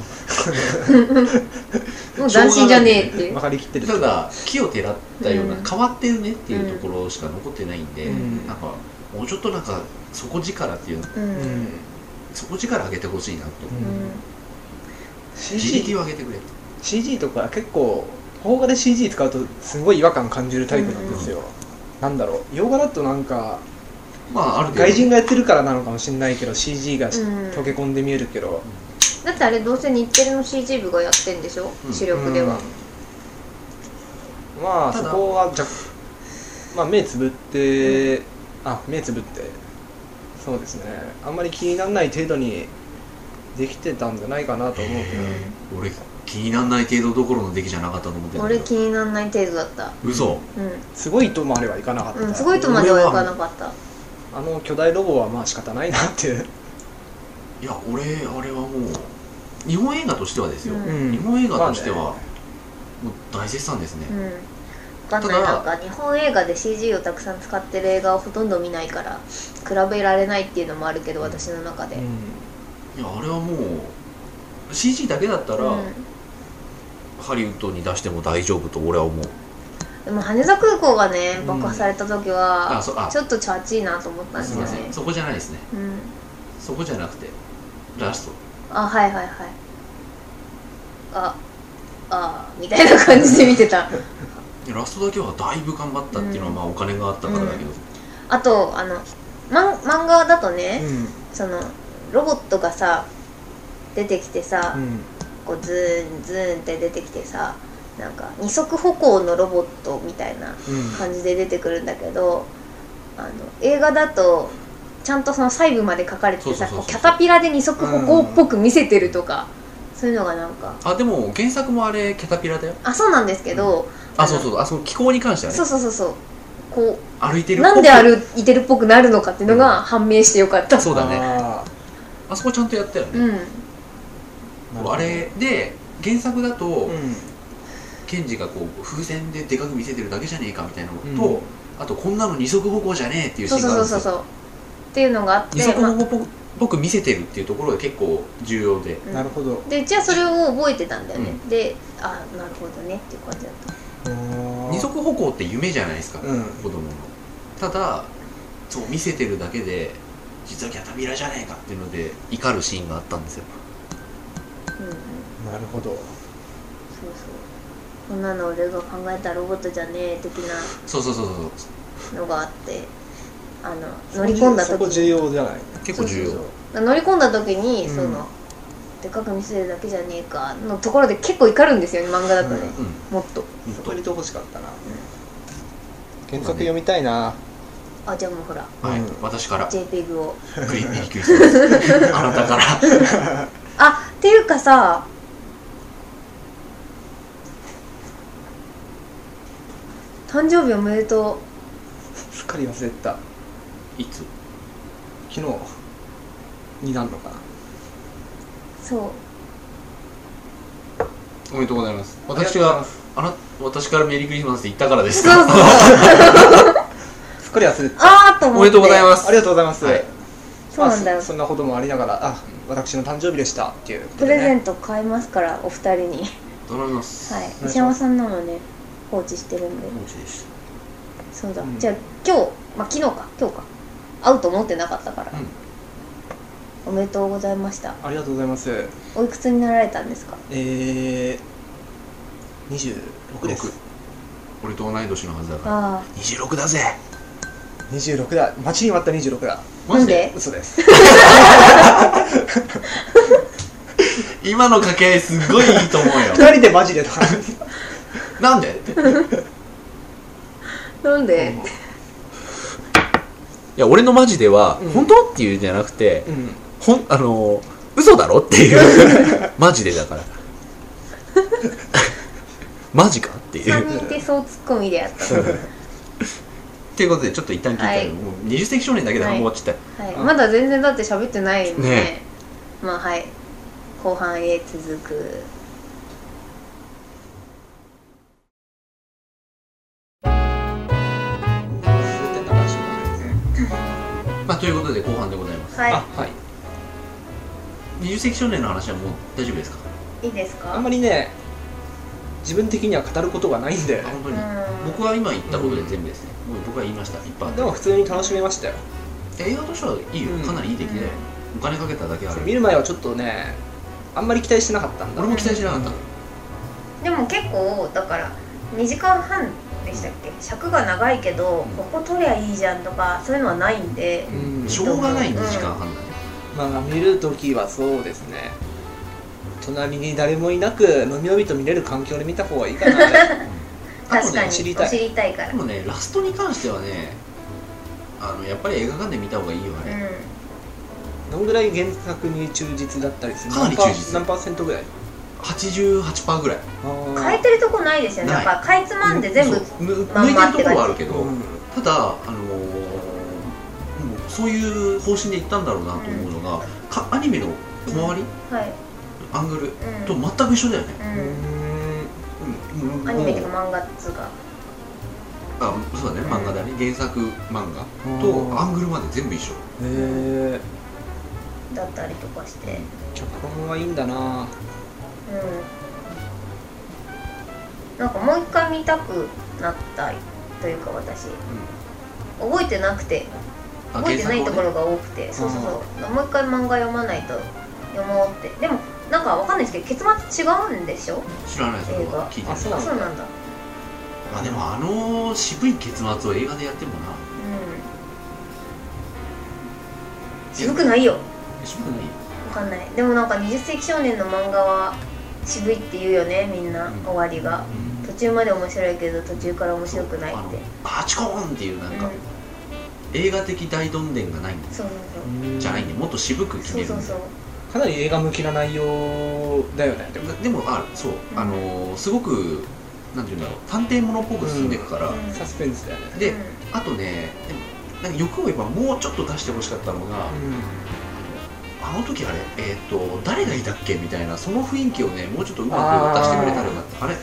Speaker 2: う斬新じゃねえっていう
Speaker 3: 分かりきってる
Speaker 1: ただ木をてらったような、
Speaker 2: うん
Speaker 1: 変わってるねっていうところしか残ってないんで、
Speaker 3: うん
Speaker 1: なんかもうちょっとなんか底力っていう
Speaker 2: うん
Speaker 3: う
Speaker 2: うんん
Speaker 1: 底力上げてほしいなと、
Speaker 3: うん CG,
Speaker 1: GDT を上げてくれと
Speaker 3: CG とか結構邦画で CG 使うとすごい違和感感じるタイプなんですよ、なんだろう洋画だとなんか
Speaker 1: まあある程度
Speaker 3: 外人がやってるからなのかもしれないけど CG がし
Speaker 2: うん
Speaker 3: 溶け込んで見えるけど、
Speaker 2: だってあれどうせ日テレの CG 部がやってんでしょ、
Speaker 1: うん
Speaker 2: 主力では、
Speaker 3: うんまあ
Speaker 1: た
Speaker 3: そ
Speaker 1: だ
Speaker 3: こはじゃ、まあ、目つぶって、あ目つぶってそうですねあんまり気にならない程度にできてたんじゃないかなと思うけど、
Speaker 1: うん俺気にならない程度どころの出来じゃなかったと思って
Speaker 2: 俺気にならない程度だった
Speaker 1: 嘘
Speaker 2: う
Speaker 3: すごいとまではいかなかった、
Speaker 2: ん、うん、すごいとまではいかなかった
Speaker 3: あの巨大ロボはまあ仕方ないなっていう、
Speaker 1: いや俺あれはもう日本映画としてはですよ、
Speaker 2: うん
Speaker 1: 日本映画として
Speaker 3: まあ
Speaker 1: は
Speaker 3: ね
Speaker 1: もう大絶賛ですね、
Speaker 2: うんわかんないなんか日本映画で CG をたくさん使ってる映画をほとんど見ないから比べられないっていうのもあるけど私の中で、うん
Speaker 1: いやあれはもう CG だけだったら、ハリウッドに出しても大丈夫と俺は思う
Speaker 2: でも羽田空港がね
Speaker 3: うん
Speaker 2: 爆破された時
Speaker 1: あ
Speaker 2: は、
Speaker 1: そあ
Speaker 2: ちょっとチャチいなと思ったんです
Speaker 1: すい
Speaker 2: よ
Speaker 1: ま
Speaker 2: ね
Speaker 1: せんそこじゃないですね
Speaker 2: うん
Speaker 1: そこじゃなくてラスト
Speaker 2: あはいはいはいああみたいな感じで見てた
Speaker 1: いやラストだけはだいぶ頑張ったっていうのは、
Speaker 2: うん
Speaker 1: まあお金があったからだけど、
Speaker 2: あとあのマン漫画だと
Speaker 3: う
Speaker 2: ね、
Speaker 3: ん
Speaker 2: そのロボットがさ出てきてさ、
Speaker 3: うん
Speaker 2: こうズーンズーンって出てきてさなんか二足歩行のロボットみたいな
Speaker 3: うん
Speaker 2: 感じで出てくるんだけどあの映画だとちゃんとその細部まで書かれててさ
Speaker 1: そうそうそうそう
Speaker 2: こうキャタピラで二足歩行っぽく見せてるとか、そういうのがなんか
Speaker 1: あでも原作もあれキャタピラだよ
Speaker 2: あそうなんですけど、
Speaker 1: あそうそうそうあその気候に関してはね
Speaker 2: そうそうそうそうこ
Speaker 1: 歩いて
Speaker 2: う
Speaker 1: る
Speaker 2: なんで歩いてるっぽくなるのかっていうのが判明してよかった、
Speaker 1: そうだね
Speaker 3: あ
Speaker 1: あそこちゃんとやったよね、
Speaker 2: うん
Speaker 3: ー
Speaker 1: あれで原作だと、
Speaker 3: うん
Speaker 1: ケンジがこう風船ででかく見せてるだけじゃねえかみたいなのと、
Speaker 3: うん
Speaker 1: あとこんなの二足歩行じゃねえっていうシ
Speaker 2: そ
Speaker 1: ー
Speaker 2: う
Speaker 1: ンが
Speaker 2: そう
Speaker 1: あ
Speaker 2: そ
Speaker 1: るんですよ
Speaker 2: うそうそうっていうのがあって
Speaker 1: 二足
Speaker 2: まあ
Speaker 1: 歩行っぽく僕見せてるっていうところが結構重要で
Speaker 2: うん
Speaker 3: なるほど
Speaker 2: でうちはそれを覚えてたんだよね、
Speaker 1: う
Speaker 2: であなるほどねっていう感じだった
Speaker 1: 二足歩行って夢じゃないですか、
Speaker 3: うん
Speaker 1: 子供のただそう見せてるだけで実はキャタピラじゃねえかっていうので怒るシーンがあったんですよ
Speaker 2: うんうんそう
Speaker 3: なるほど
Speaker 2: そうこんなの俺が考えたロボットじゃねえ的
Speaker 1: そうそうそうそう
Speaker 2: なのがあってあの乗り込んだ
Speaker 3: そ
Speaker 2: 時
Speaker 3: こ重
Speaker 2: に
Speaker 3: 要じゃない
Speaker 1: 結構重要
Speaker 3: そう
Speaker 2: 乗り込んだ時に、
Speaker 3: うん
Speaker 2: そのでかく見せるだけじゃねえかのところで結構怒るんですよね漫画だとね、
Speaker 1: うん
Speaker 2: もっと
Speaker 3: そこにいてほしかったな原作読みたいな、
Speaker 2: あじゃあもうほら
Speaker 1: はい、
Speaker 3: うん
Speaker 1: 私から
Speaker 2: JPEG を
Speaker 1: クリッピークリスマスあなたから
Speaker 2: あっていうかさ誕生日おめでと
Speaker 3: すっかり忘れてた
Speaker 1: いつ
Speaker 3: 昨日になるのかな
Speaker 2: うそう
Speaker 1: おめでとうございます私
Speaker 3: ありとうございま
Speaker 1: が
Speaker 3: す
Speaker 1: あな私からメリークリスマスって言ったからです
Speaker 2: そうそうそう
Speaker 3: すっかり忘れてた
Speaker 2: あーっと思っ
Speaker 1: お
Speaker 2: て
Speaker 1: めでとうございます
Speaker 3: ありがとうございます、
Speaker 1: はい
Speaker 2: そうなんだよ
Speaker 3: あそそんなこともありながらあ私の誕生日でしたっていうこと
Speaker 2: プ
Speaker 3: で、ね、
Speaker 2: レゼント買いますからお二人に
Speaker 1: 頼みます
Speaker 2: はい
Speaker 3: ます
Speaker 2: 石山さんなのね放置してるんで
Speaker 1: おうちです
Speaker 2: そうだ、
Speaker 3: うん
Speaker 2: じゃあ今日まあ昨日か今日か会うと思ってなかったから、おめでとうございました
Speaker 3: ありがとうございます
Speaker 2: おいくつになられたんですか
Speaker 3: えー、26です
Speaker 1: 俺と同い年のはずだから
Speaker 2: あ
Speaker 1: 26だぜ
Speaker 3: 26だ待ちに待った26だ
Speaker 2: あなんで
Speaker 3: 嘘です
Speaker 1: 今の掛け合いすっごいいいと思うよ
Speaker 3: 2人でマジでとか
Speaker 1: なんでってい
Speaker 2: なんで、
Speaker 1: や俺のマジでは、
Speaker 3: うん
Speaker 1: 本当っていうんじゃなくて、
Speaker 3: うん
Speaker 1: ほんあのー嘘だろっていうマジでだから マジかっていう
Speaker 2: 3人でそうツッコミでやったの
Speaker 1: ということでちょっと一旦聞いた
Speaker 2: はい
Speaker 1: い、もう20世紀少年だけで
Speaker 2: はい
Speaker 1: 半分終わっちゃっ
Speaker 2: はい、
Speaker 3: あ
Speaker 2: まだ全然だって喋ってないんで、
Speaker 1: ね
Speaker 2: まあはい後半へ続く
Speaker 1: た、まあ、ということで後半でございます
Speaker 2: は
Speaker 3: あ
Speaker 2: い
Speaker 3: はい
Speaker 1: 20世紀少年の話はもう大丈夫ですか
Speaker 2: いいですか
Speaker 3: あんまりね自分的には語ることがないんで
Speaker 1: あ本当
Speaker 2: う
Speaker 1: に、
Speaker 2: ん
Speaker 1: 僕は今言ったことで全部ですね、もう僕は言いましたいっぱいあっ
Speaker 3: で
Speaker 1: た
Speaker 3: も普通に楽しめましたよ
Speaker 1: 映画としてはいいよ、
Speaker 3: うん
Speaker 1: かなりいい出来で、お金かけただけある
Speaker 3: 見る前はちょっとねあんまり期待してなかったんだ
Speaker 1: 俺も期待しなかった、
Speaker 2: でも結構だから2時間半でしたっけ尺が長いけどここ取りゃいいじゃんとかそういうのはないんで
Speaker 3: うん
Speaker 1: しょうがない
Speaker 2: うん
Speaker 1: 2時間半だね、
Speaker 3: まあ見るときはそうですね隣に誰もいなくのびのびと見れる環境で見た方がいい かな
Speaker 1: あと
Speaker 2: 確かに
Speaker 1: ね
Speaker 3: 知り
Speaker 2: お
Speaker 3: たい
Speaker 2: 知りたいから
Speaker 1: でもねラストに関してはねあのやっぱり映画館で見た方がいいよ
Speaker 2: う
Speaker 1: ね、
Speaker 2: ん
Speaker 3: どんぐらい原作に忠実だったりする
Speaker 1: かなり忠実
Speaker 3: 何パー何パーセントぐらい
Speaker 1: 88%ぐらい
Speaker 3: あー
Speaker 2: 変えてるとこないですよね
Speaker 1: ない
Speaker 2: なんかかいつまんで全部
Speaker 1: そうぬ
Speaker 2: まん
Speaker 1: 抜い
Speaker 2: まって
Speaker 1: てるところはあるけど、
Speaker 3: うん
Speaker 1: ただあのーもうそういう方針でいったんだろうなと思うのが、かアニメの小回り、
Speaker 2: はい
Speaker 1: アングル
Speaker 2: うん
Speaker 1: と全く一緒だよね、
Speaker 3: うーん
Speaker 1: うんもう
Speaker 2: うんアニメっていうか漫画っつうか
Speaker 1: あそうだね漫画だね原作漫画
Speaker 3: うん
Speaker 1: とアングルまで全部一緒
Speaker 3: へえ
Speaker 2: だったりとかして
Speaker 3: 脚本はいいんだな
Speaker 2: うんなんかもう一回見たくなったというか私覚えてなくて
Speaker 1: あ
Speaker 2: 覚えてないところ
Speaker 1: 原
Speaker 2: が多くて、そうそうそうもう一回漫画読まないと読もうってでもなんかわかんないですけど結末違うんでしょ
Speaker 1: 作はね知らないそれは
Speaker 2: 映画
Speaker 1: 聞いてない
Speaker 3: あそ
Speaker 2: あ
Speaker 3: うなんだ
Speaker 2: そうなんだ
Speaker 1: まあでもあの渋い結末を映画でやってもな
Speaker 2: うん渋くないよ
Speaker 1: 渋くないよ
Speaker 2: わかんないでもなんか20世紀少年の漫画は渋いって言うよねみんな、
Speaker 1: うん
Speaker 2: 終わりが途中まで面白いけど途中から面白くないって
Speaker 1: あのバチコーンっていうなん
Speaker 2: うん
Speaker 1: か、映画的大どんでんがないんです
Speaker 2: そうそう
Speaker 1: じゃないん
Speaker 3: ね
Speaker 1: でもっと渋く決
Speaker 2: そう
Speaker 1: め
Speaker 2: そう
Speaker 1: る
Speaker 2: そ
Speaker 1: んだ
Speaker 2: うそう
Speaker 1: よ
Speaker 3: かなり映画向きな内容だよねでも
Speaker 1: でもあそう、あのーすごくなんていうんだろう探偵ものっぽく進んでいくから、
Speaker 2: うん
Speaker 3: サスペンスだよね
Speaker 1: で
Speaker 2: うん
Speaker 1: あとねでもなんか欲を言えばもうちょっと出してほしかったのが、あの時あれ、えー、と誰がいたっけみたいなその雰囲気をねもうちょっとうまく出してくれたらよかったあれ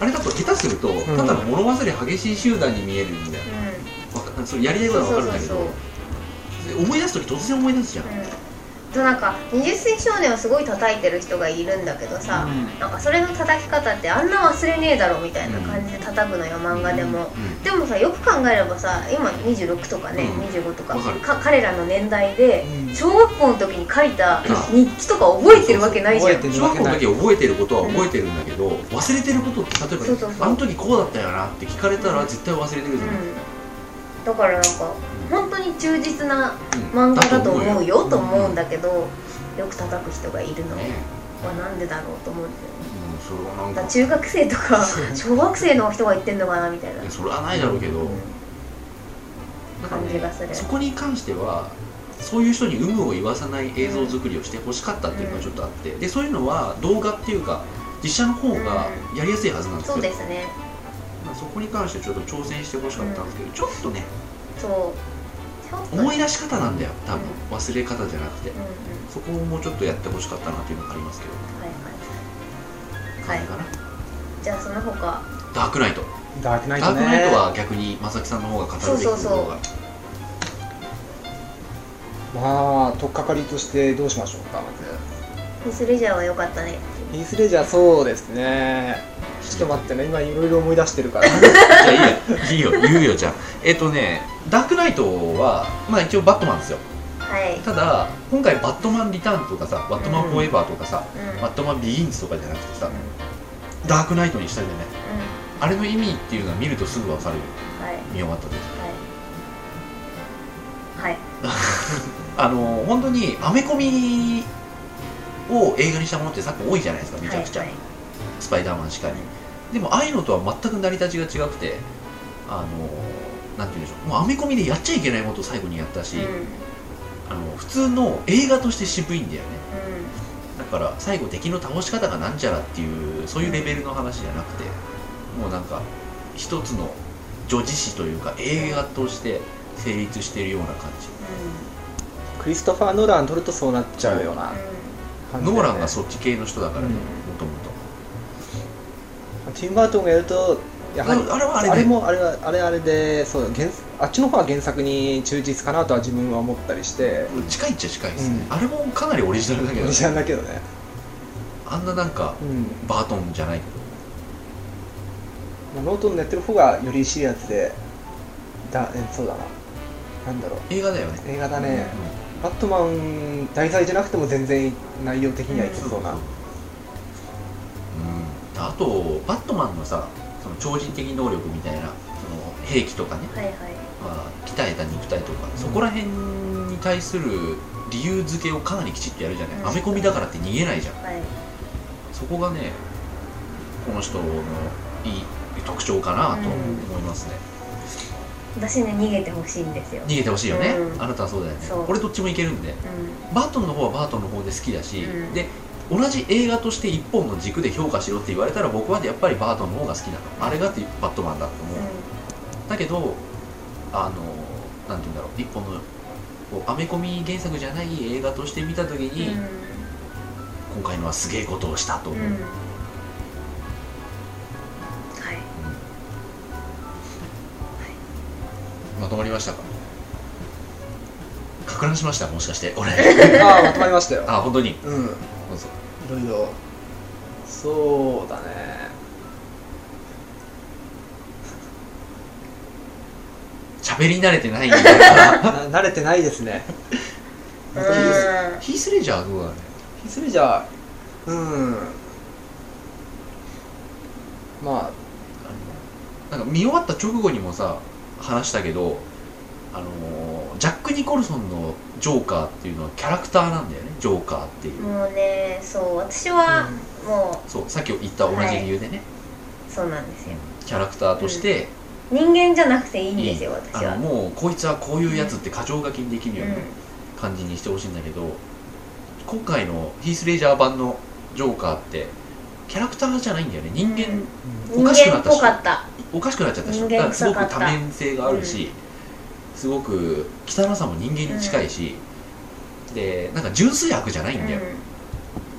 Speaker 1: あれだと下手すると、ただの物忘れ激しい集団に見えるみたいなわかそれやりたいことは分かるんだけど
Speaker 2: そうそう
Speaker 1: で思い出す時突然思い出すじゃん、
Speaker 2: うんとなんか20世紀少年をすごい叩いてる人がいるんだけどさ、
Speaker 3: うん
Speaker 2: なんかそれの叩き方ってあんな忘れねえだろみたいな感じで叩くのよ漫画でも、
Speaker 1: うん
Speaker 2: でもさよく考えればさ今26とかね、
Speaker 1: うん
Speaker 2: 25とか
Speaker 1: わかる
Speaker 2: か彼らの年代で
Speaker 3: うん
Speaker 2: 小学校の時に書いた
Speaker 1: う
Speaker 2: 日記とか覚えてるわけないじゃん
Speaker 3: 覚えて
Speaker 1: 小学校の時は覚えてることは覚えてるんだけど、忘れてることって例えば
Speaker 2: そうそうそう
Speaker 1: あの時こうだったよなって聞かれたら絶対忘れてるじゃない、
Speaker 2: うん、だからなんか本当に忠実な
Speaker 1: うん
Speaker 2: 漫画だと思うよ
Speaker 3: だ
Speaker 2: と
Speaker 3: と思うよ
Speaker 2: 思うんだけど、よく叩く人がいるの
Speaker 1: ね
Speaker 2: はなんでだろうと思うんですよね
Speaker 1: うん、それはなん
Speaker 2: だから
Speaker 1: か
Speaker 2: 中学生とか小学生の人が言ってんのかなみたいな
Speaker 1: それはないだろうけど、
Speaker 2: うん
Speaker 1: だから
Speaker 2: 感じ
Speaker 1: ね
Speaker 2: がする
Speaker 1: そこに関してはそういう人に有無を言わさない映像作りをしてほしかったっていうのがちょっとあってでそういうのは動画っていうか実写の方がやりやすいはずなんです
Speaker 2: そう
Speaker 1: よ
Speaker 2: ですね
Speaker 1: まあそこに関してちょっと挑戦してほしかったんですけど、ちょっとね
Speaker 2: そうちょっと
Speaker 1: 思い出し方なんだよ多分忘れ方じゃなくて
Speaker 2: うんうん
Speaker 1: そこをもうちょっとやってほしかったなっていうのがありますけど
Speaker 2: はいはい
Speaker 1: 感
Speaker 2: は
Speaker 1: じ
Speaker 2: い
Speaker 1: かな、
Speaker 2: じゃあその他
Speaker 1: ダークナイト
Speaker 3: ダークナイ
Speaker 1: ダ
Speaker 3: ト
Speaker 1: ー
Speaker 3: ね
Speaker 1: クナイトは逆に正木さんの方が語るべき
Speaker 2: そう
Speaker 1: こ
Speaker 2: そうそう
Speaker 1: とが
Speaker 3: まあ取っかかりとしてどうしましょうかまず
Speaker 2: ミスレジャーは良かったね
Speaker 3: ヒースレジャーそうですねちょっと待ってね今いろいろ思い出してるから
Speaker 1: じゃあいいやいいよ言うよじゃあ えっ、とねダークナイトはまあ一応バットマンですよ
Speaker 2: はい
Speaker 1: ただ今回バットマンリターンとかさバットマンフォーエバーとかさ、
Speaker 2: うん
Speaker 1: バットマンビギンズとかじゃなくてさダークナイトにしたじゃない
Speaker 2: うん
Speaker 1: あれの意味っていうのは見るとすぐわかるよ
Speaker 2: はい
Speaker 1: 見終わった時
Speaker 2: はいはい
Speaker 1: あの本当にアメコミを映画にしたものって昨今多いじゃないですかめちゃくちゃ、
Speaker 2: はいはい
Speaker 1: スパイダーマンしかりでもああいうのとは全く成り立ちが違くてあのなんて言うんでしょうもうアメコミでやっちゃいけないことを最後にやったし、
Speaker 2: うん
Speaker 1: あの普通の映画として渋いんだよね
Speaker 2: う
Speaker 1: だ
Speaker 2: ん
Speaker 1: から最後敵の倒し方がなんちゃらっていうそういうレベルの話じゃなくてもうなんか一つの女子誌というか映画として成立しているような感じ
Speaker 3: クリストファー・ノーラン撮るとそうなっちゃうような感じだよね
Speaker 1: ノーランがそっち系の人だからね
Speaker 3: うん
Speaker 1: もともと
Speaker 3: ティム・バートンがやるとやはり
Speaker 1: あれはあ
Speaker 3: あ
Speaker 1: れ
Speaker 3: れ
Speaker 1: で
Speaker 3: もあれはあれあれでそう原あっちの方は原作に忠実かなとは自分は思ったりして
Speaker 1: 近いっちゃ近いですね、
Speaker 3: うん
Speaker 1: あれもかなりオリジナルだけど、ね、
Speaker 3: 知らんだけどね、
Speaker 1: あんななんか
Speaker 3: うん
Speaker 1: バートンじゃないけど
Speaker 3: まあ、ノートンのやってる方がよりシリアスでだえそうだななんだろう
Speaker 1: 映画だよね、
Speaker 3: 映画だ
Speaker 1: うん
Speaker 3: ね、バットマン題材じゃなくても全然内容的にはいけそうな、
Speaker 1: うんあとバットマンのさその超人的能力みたいなその兵器とかね
Speaker 2: はいはい
Speaker 1: まあ、鍛えた肉体とか、そこら辺に対する理由付けをかなりきちっとやるじゃない、
Speaker 2: うん
Speaker 1: アメコミだからって逃げないじゃん
Speaker 2: はい
Speaker 1: そこがねこの人のいい特徴かなと思いますね、
Speaker 2: 私ね逃げてほしいんですよ
Speaker 1: 逃げてほしいよね、
Speaker 2: うん
Speaker 1: あなたはそうだよね
Speaker 2: そう
Speaker 1: 俺どっちもいけるんで
Speaker 2: う
Speaker 1: バートンの方はバートンの方で好きだし、
Speaker 2: うん
Speaker 1: で同じ映画として一本の軸で評価しろって言われたら僕はやっぱりバートンの方が好きなのあれがってバットマンだと思う、
Speaker 2: ん
Speaker 1: だけどあのなんて言うんだろう一本のこうアメコミ原作じゃない映画として見た時に、今回のはすげえことをしたと
Speaker 2: うん
Speaker 1: 思う、
Speaker 2: うん
Speaker 1: うん
Speaker 2: はい
Speaker 1: まとまりましたかか乱しましたもしかして俺
Speaker 3: ああまとまりましたよ
Speaker 1: あ本当に
Speaker 3: うんい
Speaker 1: どうぞ
Speaker 3: ろいろそうだね
Speaker 1: 喋り慣れてないんだ から
Speaker 3: な慣れてないです ね
Speaker 2: う
Speaker 3: 本当にです
Speaker 2: ん
Speaker 1: ヒースレジャーはどうだね
Speaker 3: ヒスレジャーうんまあ
Speaker 1: あのなんか見終わった直後にもさ話したけどあのージャック・ニコルソンのジョーカーっていうのはキャラクターなんだよねジョーカーっていう、
Speaker 2: もうねそう私はも
Speaker 1: そうさっき言った同じ理由でね、
Speaker 2: うそうなんですよ
Speaker 1: キャラクターとして、
Speaker 2: 人間じゃなくていいんですよ
Speaker 1: あ
Speaker 2: 私
Speaker 1: の
Speaker 2: は
Speaker 1: もうこいつはこういうやつって過剰書きにできる
Speaker 2: う
Speaker 1: よ
Speaker 2: ん
Speaker 1: うな感じにしてほしいんだけど、今回のヒース・レジャー版のジョーカーってキャラクターじゃないんだよね人間、
Speaker 2: うん
Speaker 1: お
Speaker 2: 人
Speaker 1: かしくな
Speaker 2: 間
Speaker 1: っ
Speaker 2: った
Speaker 1: し
Speaker 2: ぽかった
Speaker 1: おかしくなっちゃったし
Speaker 2: 人間
Speaker 1: だからすご
Speaker 2: 臭か
Speaker 1: く
Speaker 2: った
Speaker 1: 多面性があるし、すごく汚さも人間に近いし、でなんか純粋悪じゃないんだよ、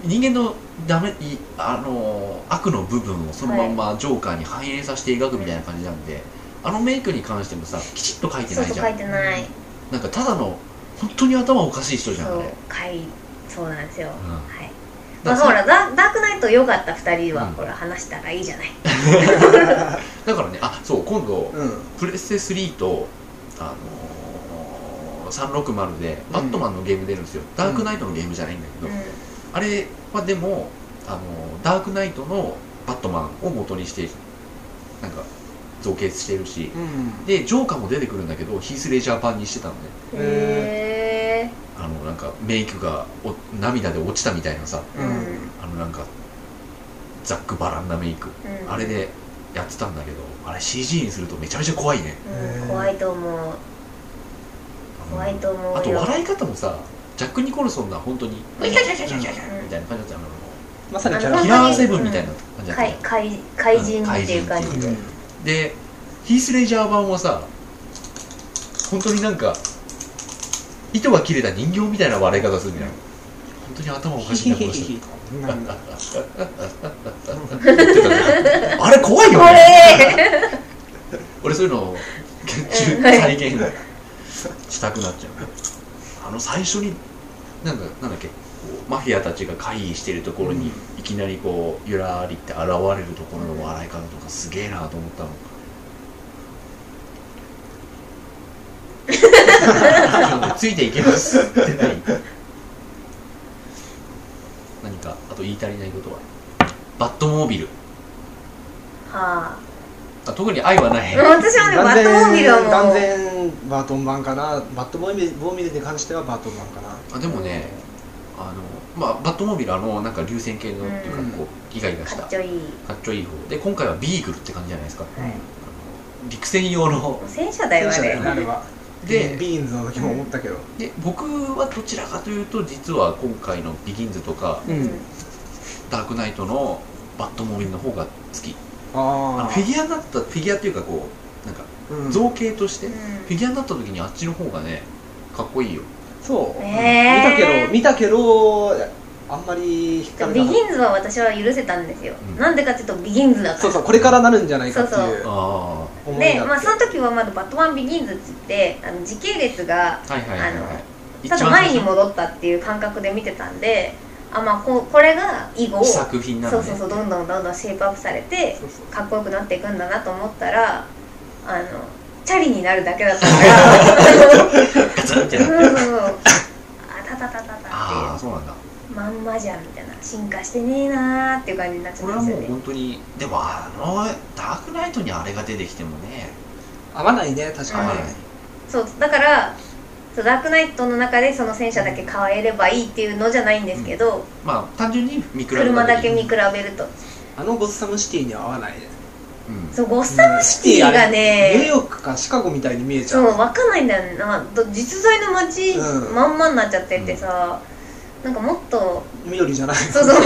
Speaker 1: 人間のダメいあのー悪の部分をそのまんまジョーカーに反映させて描くみたいな感じなんで、あのメイクに関してもさきちっと描い
Speaker 2: うん
Speaker 1: て
Speaker 2: そ
Speaker 1: ない
Speaker 2: うそう
Speaker 1: じ
Speaker 2: 書
Speaker 1: ゃん
Speaker 2: いてない
Speaker 1: なんかただの本当に頭おかしい人じ
Speaker 2: そ
Speaker 1: ゃんあ
Speaker 2: う
Speaker 1: れ、うん、
Speaker 2: 書いそうなんですよはいま
Speaker 1: だ
Speaker 2: あ
Speaker 1: か
Speaker 2: ほ
Speaker 1: ら
Speaker 2: らダダークナイト良かった2人は、
Speaker 1: うん
Speaker 2: ほら話したらいいじゃない
Speaker 1: だからねあそう今度
Speaker 3: うん
Speaker 1: プレステ3と、あのー、360でバットマンのゲーム出るんですよ、ダークナイトのゲームじゃないんだけど、
Speaker 2: う
Speaker 1: あれはでも、あのーダークナイトのバットマンを元にしてなんか造形してるし
Speaker 3: うん
Speaker 1: でジョーカーも出てくるんだけどヒース・レジャー版にしてたのね
Speaker 2: んへえ
Speaker 1: あのなんかメイクがお涙で落ちたみたいなさ
Speaker 2: うんうん
Speaker 1: あのなんかザックバランなメイクあれでやってたんだけどあれ CG にするとめちゃめちゃ怖いね
Speaker 2: うん怖いと思う怖いと思うよ
Speaker 1: あと笑い方もさジャック・ニコルソンが本当に「
Speaker 2: うん
Speaker 1: いやいやいやいやいやいや」みたいな感じだったのも
Speaker 3: まさにキャ
Speaker 1: う
Speaker 3: ラ
Speaker 1: キ
Speaker 3: ク
Speaker 1: ラ
Speaker 3: タ
Speaker 1: ーセブンみたいな感じだった
Speaker 2: 怪
Speaker 1: の
Speaker 2: 怪怪人っていう感
Speaker 1: 怪人
Speaker 2: じ
Speaker 1: って
Speaker 2: で
Speaker 3: ー
Speaker 1: いうでヒース・レジャー版はさ本当になんか糸が切れた人形みたいな笑い方するじゃん本当に頭おかしいなこの 人って
Speaker 3: うんなんだ
Speaker 1: 言ってたねあれ怖いよ
Speaker 2: こ
Speaker 1: ね
Speaker 2: れ
Speaker 1: 俺そういう のを中
Speaker 2: うんはい
Speaker 1: 再現したくなっちゃうあの最初になんだなんだっけこうマフィアたちが会議してるところに、いきなりこうゆらりって現れるところの笑い方とかすげえなと思った のなんかついていけますってない何かあと言い足りないことはバットモービル
Speaker 2: はあ
Speaker 1: あ特に愛は ない
Speaker 2: もう私はねバットモービルはもう
Speaker 3: 断然バトン版かなバットモービルボーミルに関してはバトン版かな
Speaker 1: あでもねあのまあバットモービルあのなんか流線形のっていうか
Speaker 3: うん
Speaker 1: こうギガギガし
Speaker 2: か
Speaker 1: た
Speaker 2: っちょいい、
Speaker 1: かっちょいい方で今回はビーグルって感じじゃないですか
Speaker 2: はい、
Speaker 1: 陸戦用の
Speaker 2: 戦車だよあ
Speaker 3: 戦車だよねあれ
Speaker 2: れ
Speaker 3: は
Speaker 1: で
Speaker 3: ビーンズの時も思ったけど
Speaker 1: で僕はどちらかというと実は今回のビギンズとか
Speaker 3: う
Speaker 2: うん
Speaker 3: ん
Speaker 1: ダークナイトのバットモービルの方が好きあの
Speaker 3: あ
Speaker 1: フィギュアになったフィギュアっていうかこうなんか
Speaker 3: あ
Speaker 1: 造形として
Speaker 2: う
Speaker 1: フ
Speaker 2: ん
Speaker 1: ィギュアになった時にあっちの方がねかっこいいよ
Speaker 3: そう、
Speaker 2: ねえ
Speaker 3: 見たけど見たけどあんまり引っかか
Speaker 2: ビ
Speaker 3: れなかっ
Speaker 2: ギンズは私は許せたんですよ、
Speaker 1: うん
Speaker 2: なんでかっていうとビギンズだ
Speaker 3: た
Speaker 2: か
Speaker 3: そう
Speaker 2: ら
Speaker 3: そうこれからなるんじゃないかっていう
Speaker 1: あ
Speaker 3: 思い
Speaker 2: で、
Speaker 3: が
Speaker 2: まあ、
Speaker 3: あって
Speaker 2: その時はまだ「バットマンビギンズ」って言ってあの時系列が
Speaker 1: あはいはいはい
Speaker 2: あ
Speaker 1: は
Speaker 2: の
Speaker 1: い
Speaker 2: た
Speaker 1: 一
Speaker 2: だ
Speaker 1: 番
Speaker 2: 前に
Speaker 1: 最初
Speaker 2: 戻ったっていう感覚で見てたんであまあここれが以後
Speaker 1: の
Speaker 2: そう
Speaker 1: 作品な
Speaker 2: そ
Speaker 1: の
Speaker 2: う
Speaker 1: ね
Speaker 2: そうどんどんどんどんシェイプアップされて
Speaker 3: そうそう
Speaker 2: かっこよくなっていくんだなと思ったらあのチャリになるだけだったから
Speaker 1: ガツンって
Speaker 2: うん
Speaker 1: なる
Speaker 2: そうそうあたたたたたって
Speaker 1: ああ
Speaker 2: い
Speaker 1: そうなんだ
Speaker 2: うまんまじゃんみたいな進化してねえなーっていう感じになっちゃ
Speaker 1: こ
Speaker 2: っ
Speaker 1: れ
Speaker 2: た
Speaker 1: は
Speaker 2: んで
Speaker 1: も
Speaker 2: す
Speaker 1: う
Speaker 2: よね
Speaker 1: 本当にでもあのダークナイトにあれが出てきてもね
Speaker 3: 合わないね
Speaker 1: 合
Speaker 3: 確かに、
Speaker 1: わない
Speaker 2: そうだからそうダークナイトの中でその戦車だけ変えればいいっていうのじゃないんですけど、
Speaker 1: まあ単純に見比べた時に
Speaker 2: 車だけ見比べると
Speaker 3: あのゴッサムシティには合わないね
Speaker 1: うん
Speaker 2: そうゴッサムシティが
Speaker 3: うんニュー
Speaker 2: ね、
Speaker 3: ヨークかシカゴみたいに見えちゃ
Speaker 2: そううわかんないんだよなど実在の街
Speaker 3: うん
Speaker 2: まんまになっちゃっててさ、なんかもっと
Speaker 3: 緑じゃない
Speaker 2: そうそう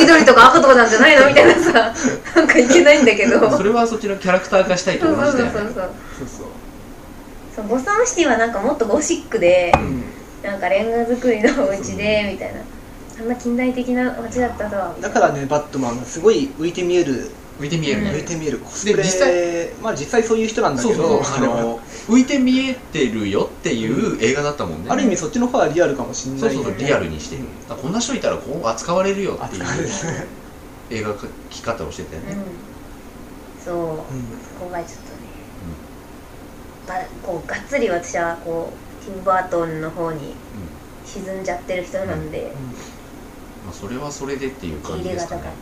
Speaker 2: 緑とか赤とかなんじゃないのみたいなさなんかいけないんだけど
Speaker 1: そ
Speaker 2: そう
Speaker 1: れはそっちのキャラクター化したい
Speaker 2: そ
Speaker 1: と
Speaker 2: う
Speaker 1: 同じ
Speaker 2: そ
Speaker 1: だ
Speaker 2: うそ
Speaker 1: よ
Speaker 2: う
Speaker 1: ね
Speaker 2: そう
Speaker 3: そうそう
Speaker 2: そうゴッサムシティはなんかもっとゴシックで
Speaker 3: うん
Speaker 2: なんかレンガ造りのお家でみたいなあんな近代的な街だったとは
Speaker 3: だからねバットマンがすごい浮いて見える
Speaker 1: 浮いて見える
Speaker 3: 浮い
Speaker 1: ね
Speaker 3: て見えるコスプレ
Speaker 1: 実際
Speaker 3: まあ実際そういう人なんだ
Speaker 1: そ
Speaker 3: け
Speaker 1: うそ
Speaker 3: ど
Speaker 1: うあの浮いて見えてるよっていう映画だったもんね
Speaker 3: ある意味そっちの方がリアルかもしれない
Speaker 1: そうそう
Speaker 3: よ
Speaker 1: そう
Speaker 3: ね
Speaker 1: リアルにして
Speaker 3: う
Speaker 1: る
Speaker 3: ん
Speaker 1: だからこんな人いたらこう扱われるよってい
Speaker 3: 扱
Speaker 1: う
Speaker 3: われるね
Speaker 1: 映画描き方をしてたよ
Speaker 2: う
Speaker 1: ね
Speaker 2: んそう
Speaker 3: うん
Speaker 2: 今回ちょっとね、ばこうがっつり私はこうティム・バートンの方に沈んじゃってる人なんで、
Speaker 1: まあそれはそれでっていう
Speaker 2: 手
Speaker 1: 感
Speaker 2: 入
Speaker 1: じ
Speaker 2: れ
Speaker 1: で
Speaker 2: が
Speaker 1: す
Speaker 2: 高
Speaker 1: か
Speaker 2: かっ
Speaker 1: ね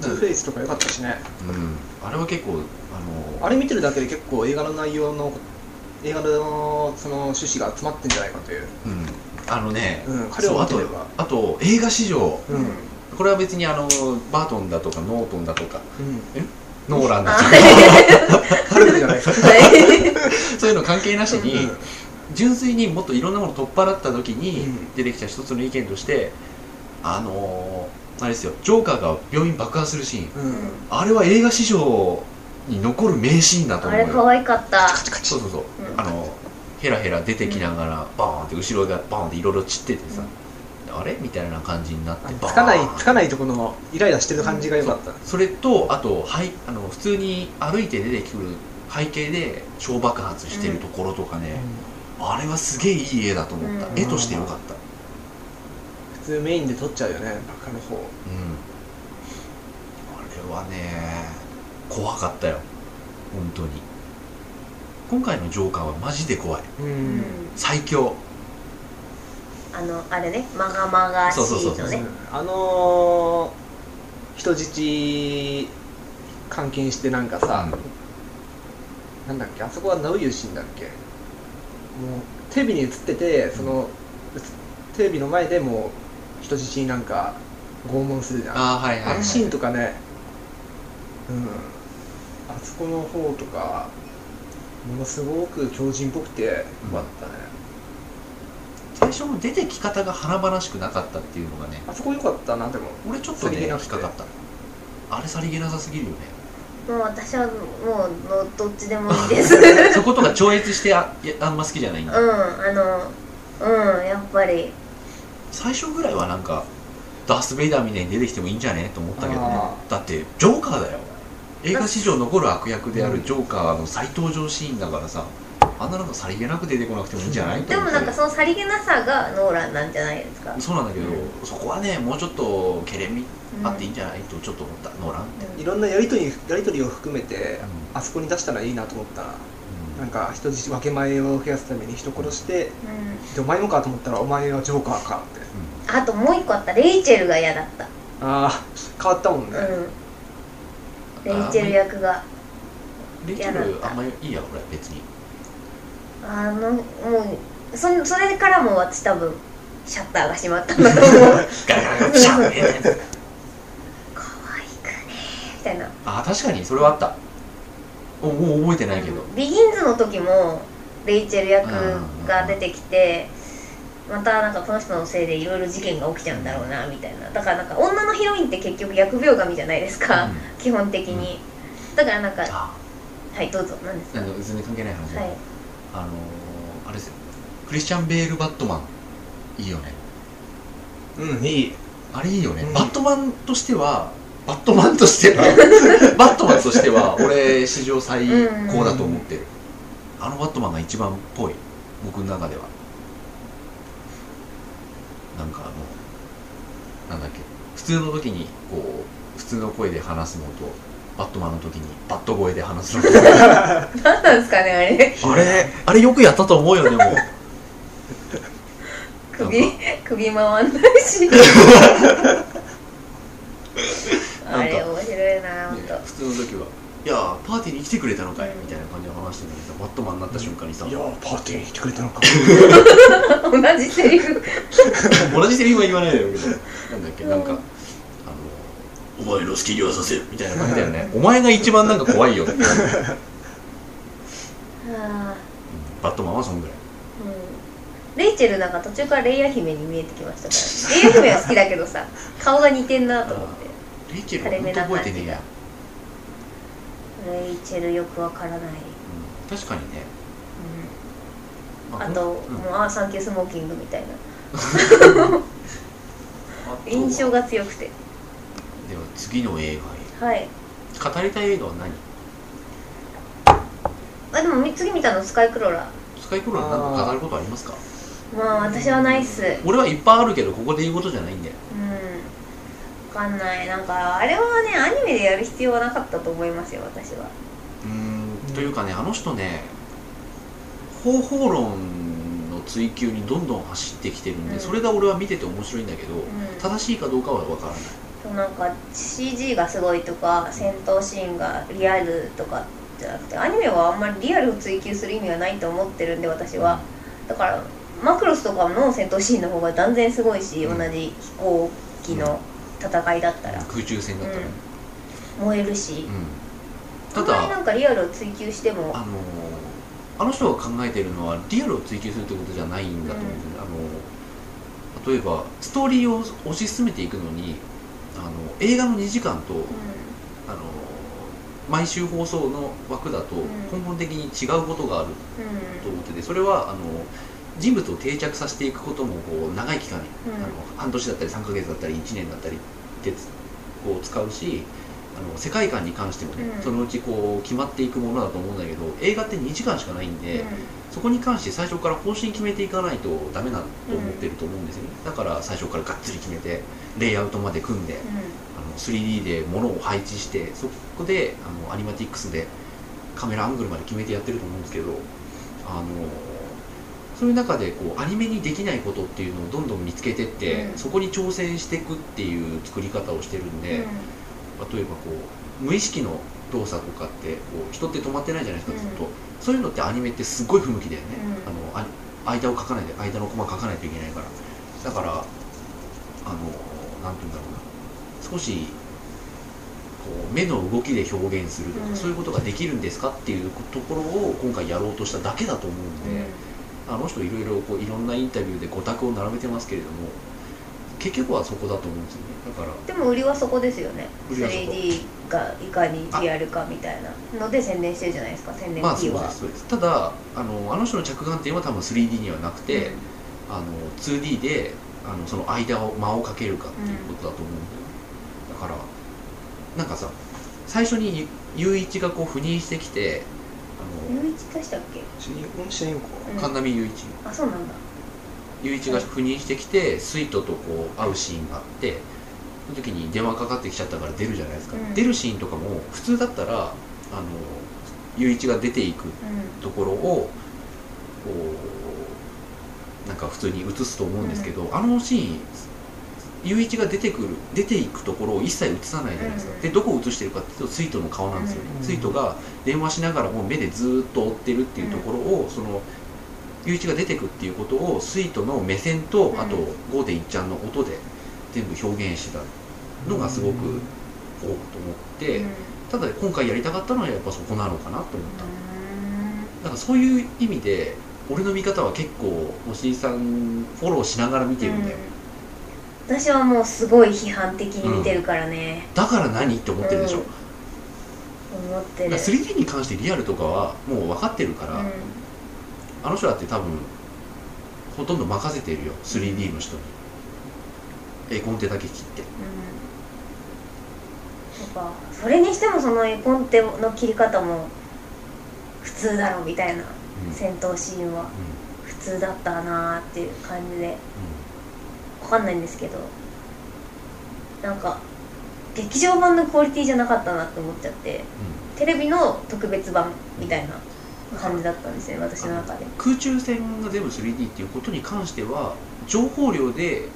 Speaker 3: ツーフェイスとか良かったしね
Speaker 1: うんあれは結構あの
Speaker 3: あれ見てるだけで結構映画の内容の映画のその趣旨が詰まってんじゃないかという、
Speaker 1: うんあのね
Speaker 3: うん、彼
Speaker 1: そう
Speaker 3: を
Speaker 1: あ
Speaker 3: 見て
Speaker 1: と
Speaker 3: れば
Speaker 1: あと映画史上
Speaker 2: た、
Speaker 3: うんうん
Speaker 1: これは別にあのバートンだとかノートンだとかノーランだ
Speaker 2: あ
Speaker 1: とか
Speaker 3: 彼女じゃないか
Speaker 1: そういうの関係なしに
Speaker 3: うん
Speaker 1: 純粋にもっといろんなもの取っ払った時に
Speaker 3: うん
Speaker 1: 出てきた一つの意見としてあのーあれですよジョーカーが病院爆破するシーン
Speaker 3: うん
Speaker 1: あれは映画史上に残る名シーンだと
Speaker 2: あ
Speaker 1: 思う
Speaker 2: れ可
Speaker 1: よ
Speaker 2: 愛かった
Speaker 3: カチカチ
Speaker 1: そうそうそう
Speaker 2: うん
Speaker 1: あのヘラヘラ出てきながらバーンって後ろがバーンっていろいろ散っててさあれみたいな感じになっ
Speaker 3: あ
Speaker 1: て
Speaker 3: の
Speaker 1: バーン
Speaker 3: つかないつかないとこのイライラしてる感じが良かった、
Speaker 1: それとあと、はい、あの普通に歩いて出てくる背景で小爆発してるところとかね、あれはすげえいい絵だと思った、
Speaker 2: うん
Speaker 1: 絵としてよかった、
Speaker 3: 普通メインで撮っちゃうよねバカの方
Speaker 1: うん、あれはね怖かったよ本当に今回のジョーカーはマジで怖い
Speaker 3: うん、
Speaker 2: うん
Speaker 1: 最強
Speaker 2: あのあれねまがまがしいのね
Speaker 1: そうそうそうそう
Speaker 3: あのー人質監禁してなんかさ、なんだっけあそこはナウユシンだっけもうテレビに映っててその、映テレビの前でもう人質になんか拷問するじゃんあ
Speaker 1: ああはいはい、はい、
Speaker 3: のシーンとかねうんあそこの方とかものすごく強靭っぽくてよかったね、
Speaker 1: 最初の出てき方が華々しくなかったっていうのがね
Speaker 3: あそこ良かったなでも
Speaker 1: 俺ちょっと
Speaker 3: さり
Speaker 1: ね
Speaker 3: げ
Speaker 1: 引
Speaker 3: な
Speaker 1: っ
Speaker 3: くて
Speaker 1: かかったあれさりげなさすぎるよね
Speaker 2: もう私はもうのどっちでもいいです
Speaker 1: そことか超越してあいやあんま好きじゃないん
Speaker 2: うん
Speaker 1: だ、
Speaker 2: あのうんやっぱり
Speaker 1: 最初ぐらいはなんかダース・ベイダーみたいに出てきてもいいんじゃねと思ったけどね
Speaker 3: あ
Speaker 1: だってジョーカーだよ映画史上残る悪役であるジョーカーの再登場シーンだからさあんななんかさりげなく出てこなくてもいいんじゃないと
Speaker 2: で
Speaker 1: 思っ
Speaker 2: も
Speaker 1: て
Speaker 2: なんかそのさりげなさがノーランなんじゃないですか、
Speaker 1: そうなんだけど、
Speaker 2: う
Speaker 1: そこはねもうちょっとけれみ
Speaker 2: うん
Speaker 1: あっていいんじゃないとちょっと思ったノーラン、
Speaker 3: いろんなやりとりやりとりを含めて
Speaker 1: うん
Speaker 3: あそこに出したらいいなと思ったななんか人質分け前を増やすために人殺して
Speaker 2: うん
Speaker 3: でお前もかと思ったらお前はジョーカーかって
Speaker 2: あともう一個あったレイチェルが嫌だった
Speaker 3: ああ変わったもんね、
Speaker 2: うんレ
Speaker 1: あ
Speaker 2: イチェル役が
Speaker 1: レイチェルあんまりいいや俺別に
Speaker 2: あのもうそんそれからも私多分シャッターが閉まった んだと思う
Speaker 1: ガラガラガラシャッみたいな
Speaker 2: 可愛くねーみたいな
Speaker 1: あ確かにそれはあったおもう覚えてないけど、
Speaker 2: ビギンズの時もレイチェル役が出てきてまたなんかこの人のせいでいろいろ事件が起きちゃうんだろうなみたいなだからなんか女のヒロインって結局疫病神じゃないですか、
Speaker 1: うん
Speaker 2: 基本的にだからなんか
Speaker 1: あ
Speaker 2: はいどうぞ何ですか
Speaker 1: あ
Speaker 2: は
Speaker 1: の全然関係ない話だけど、
Speaker 2: い
Speaker 1: あのー、あれですよクリスチャン・ベール・バットマンいいよね
Speaker 3: うんいい
Speaker 1: あれいいよね、
Speaker 3: うん
Speaker 1: バットマンとしてはバットマンとして はバットマンとしては俺史上最高だと思ってる、あのバットマンが一番っぽい僕の中ではなんかあのなんだっけ普通の時にこう普通の声で話すのとバットマンの時にバット声で話すのと
Speaker 2: 何なんですかね
Speaker 1: あ
Speaker 2: あれ
Speaker 1: れあれよくやったと思うよでも
Speaker 2: 首
Speaker 1: なん
Speaker 2: 首回んないし
Speaker 1: か
Speaker 2: あれ面白いなほん
Speaker 1: ね
Speaker 2: と
Speaker 1: 普通の時は「いやーパーティーに来てくれたのかい」みたいな感じで話してたけどバットマンになった瞬間にさ
Speaker 3: いやーパーティーに来てくれたのか
Speaker 2: 同じセリフ
Speaker 1: 同じセリフは言わないだろうけど なんだっけなんか、あの「お前の好きにはさせ」みたいな感じだよねお前が一番なんか怖 いよって
Speaker 2: あ
Speaker 1: バットマンはそんぐらい
Speaker 2: ーうんレイチェルなんか途中からレイヤ姫に見えてきましたからレイヤ姫は好きだけどさ顔が似てんなと思って
Speaker 1: レイチェルは本当覚えてねえや、
Speaker 2: レイチェルよくわからない、
Speaker 1: うん確かにね、
Speaker 2: うん
Speaker 1: ま
Speaker 2: あと、
Speaker 1: うん
Speaker 2: もうあーサンキュースモーキングみたいな
Speaker 1: あと
Speaker 2: 印象が強くて
Speaker 1: では次の映
Speaker 2: はい
Speaker 1: 画へ語りたい映画は何
Speaker 2: あでもみ次見たのスカイクローラ
Speaker 1: スカイクローラーなんか語ることありますか
Speaker 2: まあ私はないっすうん
Speaker 1: 俺はいっぱいあるけどここで言うことじゃないんだよ
Speaker 2: わかんないなんかあれはねアニメでやる必要はなかったと思いますよ私は
Speaker 1: うーんというかねあの人ね方法論の追求にどんどん走ってきてるんで、
Speaker 2: うん
Speaker 1: それが俺は見てて面白いんだけど、
Speaker 2: ん
Speaker 1: 正しいかどうかは分からない
Speaker 2: そうなんか CG がすごいとか戦闘シーンがリアルとかじゃなくてアニメはあんまりリアルを追求する意味はないと思ってるんで私はだからマクロスとかの戦闘シーンの方が断然すごいし、
Speaker 1: うん
Speaker 2: 同じ飛行機の戦いだったら
Speaker 1: 空中戦だったら、ね
Speaker 2: 燃えるし
Speaker 1: うん、た
Speaker 2: あんま
Speaker 1: だ
Speaker 2: りなんかリアルを追求しても
Speaker 1: あのーあの人が考えてるのはリアルを追求するってことじゃないんだと思うんだよね、あのー例えばストーリーを推し進めていくのにあの映画の2時間と、
Speaker 2: う
Speaker 1: あのー毎週放送の枠だと
Speaker 2: ん
Speaker 1: 根本的に違うことがある
Speaker 2: ん
Speaker 1: と思っててそれはあの人物を定着させていくこともこう長い期間、
Speaker 2: うん
Speaker 1: あの半年だったり3ヶ月だったり1年だったりってつこう使うしあの世界観に関してもね、
Speaker 2: うん
Speaker 1: そのうちこう決まっていくものだと思うんだけど映画って2時間しかないん
Speaker 2: うん
Speaker 1: で、そこに関して最初から方針決めていかないとダメだと思ってると思うんですよね、だから最初からがっつり決めてレイアウトまで組んであの 3D で物を配置してそこであのアニマティックスでカメラアングルまで決めてやってると思うんですけどあのそういう中でこうアニメにできないことっていうのをどんどん見つけてって、
Speaker 2: うん
Speaker 1: そこに挑戦していくっていう作り方をしてるん
Speaker 2: うん
Speaker 1: で、例えばこう無意識の動作とかってこう人って止まってないじゃないですかずっと、
Speaker 2: うん
Speaker 1: そういうのってアニメってすごい不向きだよね、
Speaker 2: うん
Speaker 1: あのあ間を書かないで間のコマ書かないといけないからだからあのなんて言うんだろうな少しう目の動きで表現するとか、
Speaker 2: うん
Speaker 1: そういうことができるんですかっていうところを今回やろうとしただけだと思うんで、あの人いろいろこういろんなインタビューで5択を並べてますけれども結局はそこだと思うんですよねだから
Speaker 2: でも売りはそこですよね
Speaker 1: 売りはそこ
Speaker 2: 3D がいかにリアルかみたいなので宣伝してるじゃないですか宣伝キ
Speaker 1: まあそ
Speaker 2: ー
Speaker 1: う
Speaker 2: は、
Speaker 1: ですそうですただあのあの人の着眼点は多分 3D にはなくて、あの 2D であのその間を間をかけるかっていうことだと思うんだよ、だからなんかさ最初に雄一がこう赴任してきてあ
Speaker 2: うん、
Speaker 1: の、
Speaker 2: 唯一でしたっけ
Speaker 3: 主人公主人公
Speaker 2: うん
Speaker 1: 神波雄一
Speaker 2: あそうなんだ
Speaker 1: 雄一が赴任してきてスイートとこう会うシーンがあってその時に電話かかってきちゃったから出るじゃないですか、
Speaker 2: うん
Speaker 1: 出るシーンとかも普通だったらあの雄一が出ていく
Speaker 2: うん
Speaker 1: ところをこうなんか普通に映すと思うんですけど、あのシーン雄一が出てくる出ていくところを一切映さないじゃないですか、
Speaker 2: うん
Speaker 1: でどこを映してるかっていうとスイートの顔なんですよね、
Speaker 3: うん
Speaker 1: スイートが電話しながらも目でずーっと追ってるっていうところを、その雄一が出てくっていうことをスイートの目線と、
Speaker 2: うん
Speaker 1: あと5.1ちゃんの音で全部表現してたのがすごくこうと思って、
Speaker 2: うん
Speaker 1: ただ今回やりたかったのはやっぱそこなのかなと思った。
Speaker 2: うん
Speaker 1: なんかそういう意味で俺の見方は結構押井さんフォローしながら見てるんだよ、
Speaker 2: うん私はもうすごい批判的に見てるからね、
Speaker 1: だから何って思ってるでしょ、
Speaker 2: うん思って
Speaker 1: だ
Speaker 2: る
Speaker 1: から 3D に関してリアルとかはもう分かってるから、
Speaker 2: うん
Speaker 1: あの人だって多分ほとんど任せてるよ 3D の人に絵コンテだけ切って
Speaker 2: うんやっぱそれにしてもその絵コンテの切り方も普通だろみたいな
Speaker 1: うんうん
Speaker 2: 戦闘シーンは普通だったなーっていう感じでわかんないんですけどなんか劇場版のクオリティじゃなかったなって思っちゃってテレビの特別版みたいな感じだったんですよね私の中で
Speaker 1: 空中戦が全部 3D っていうことに関しては情報量で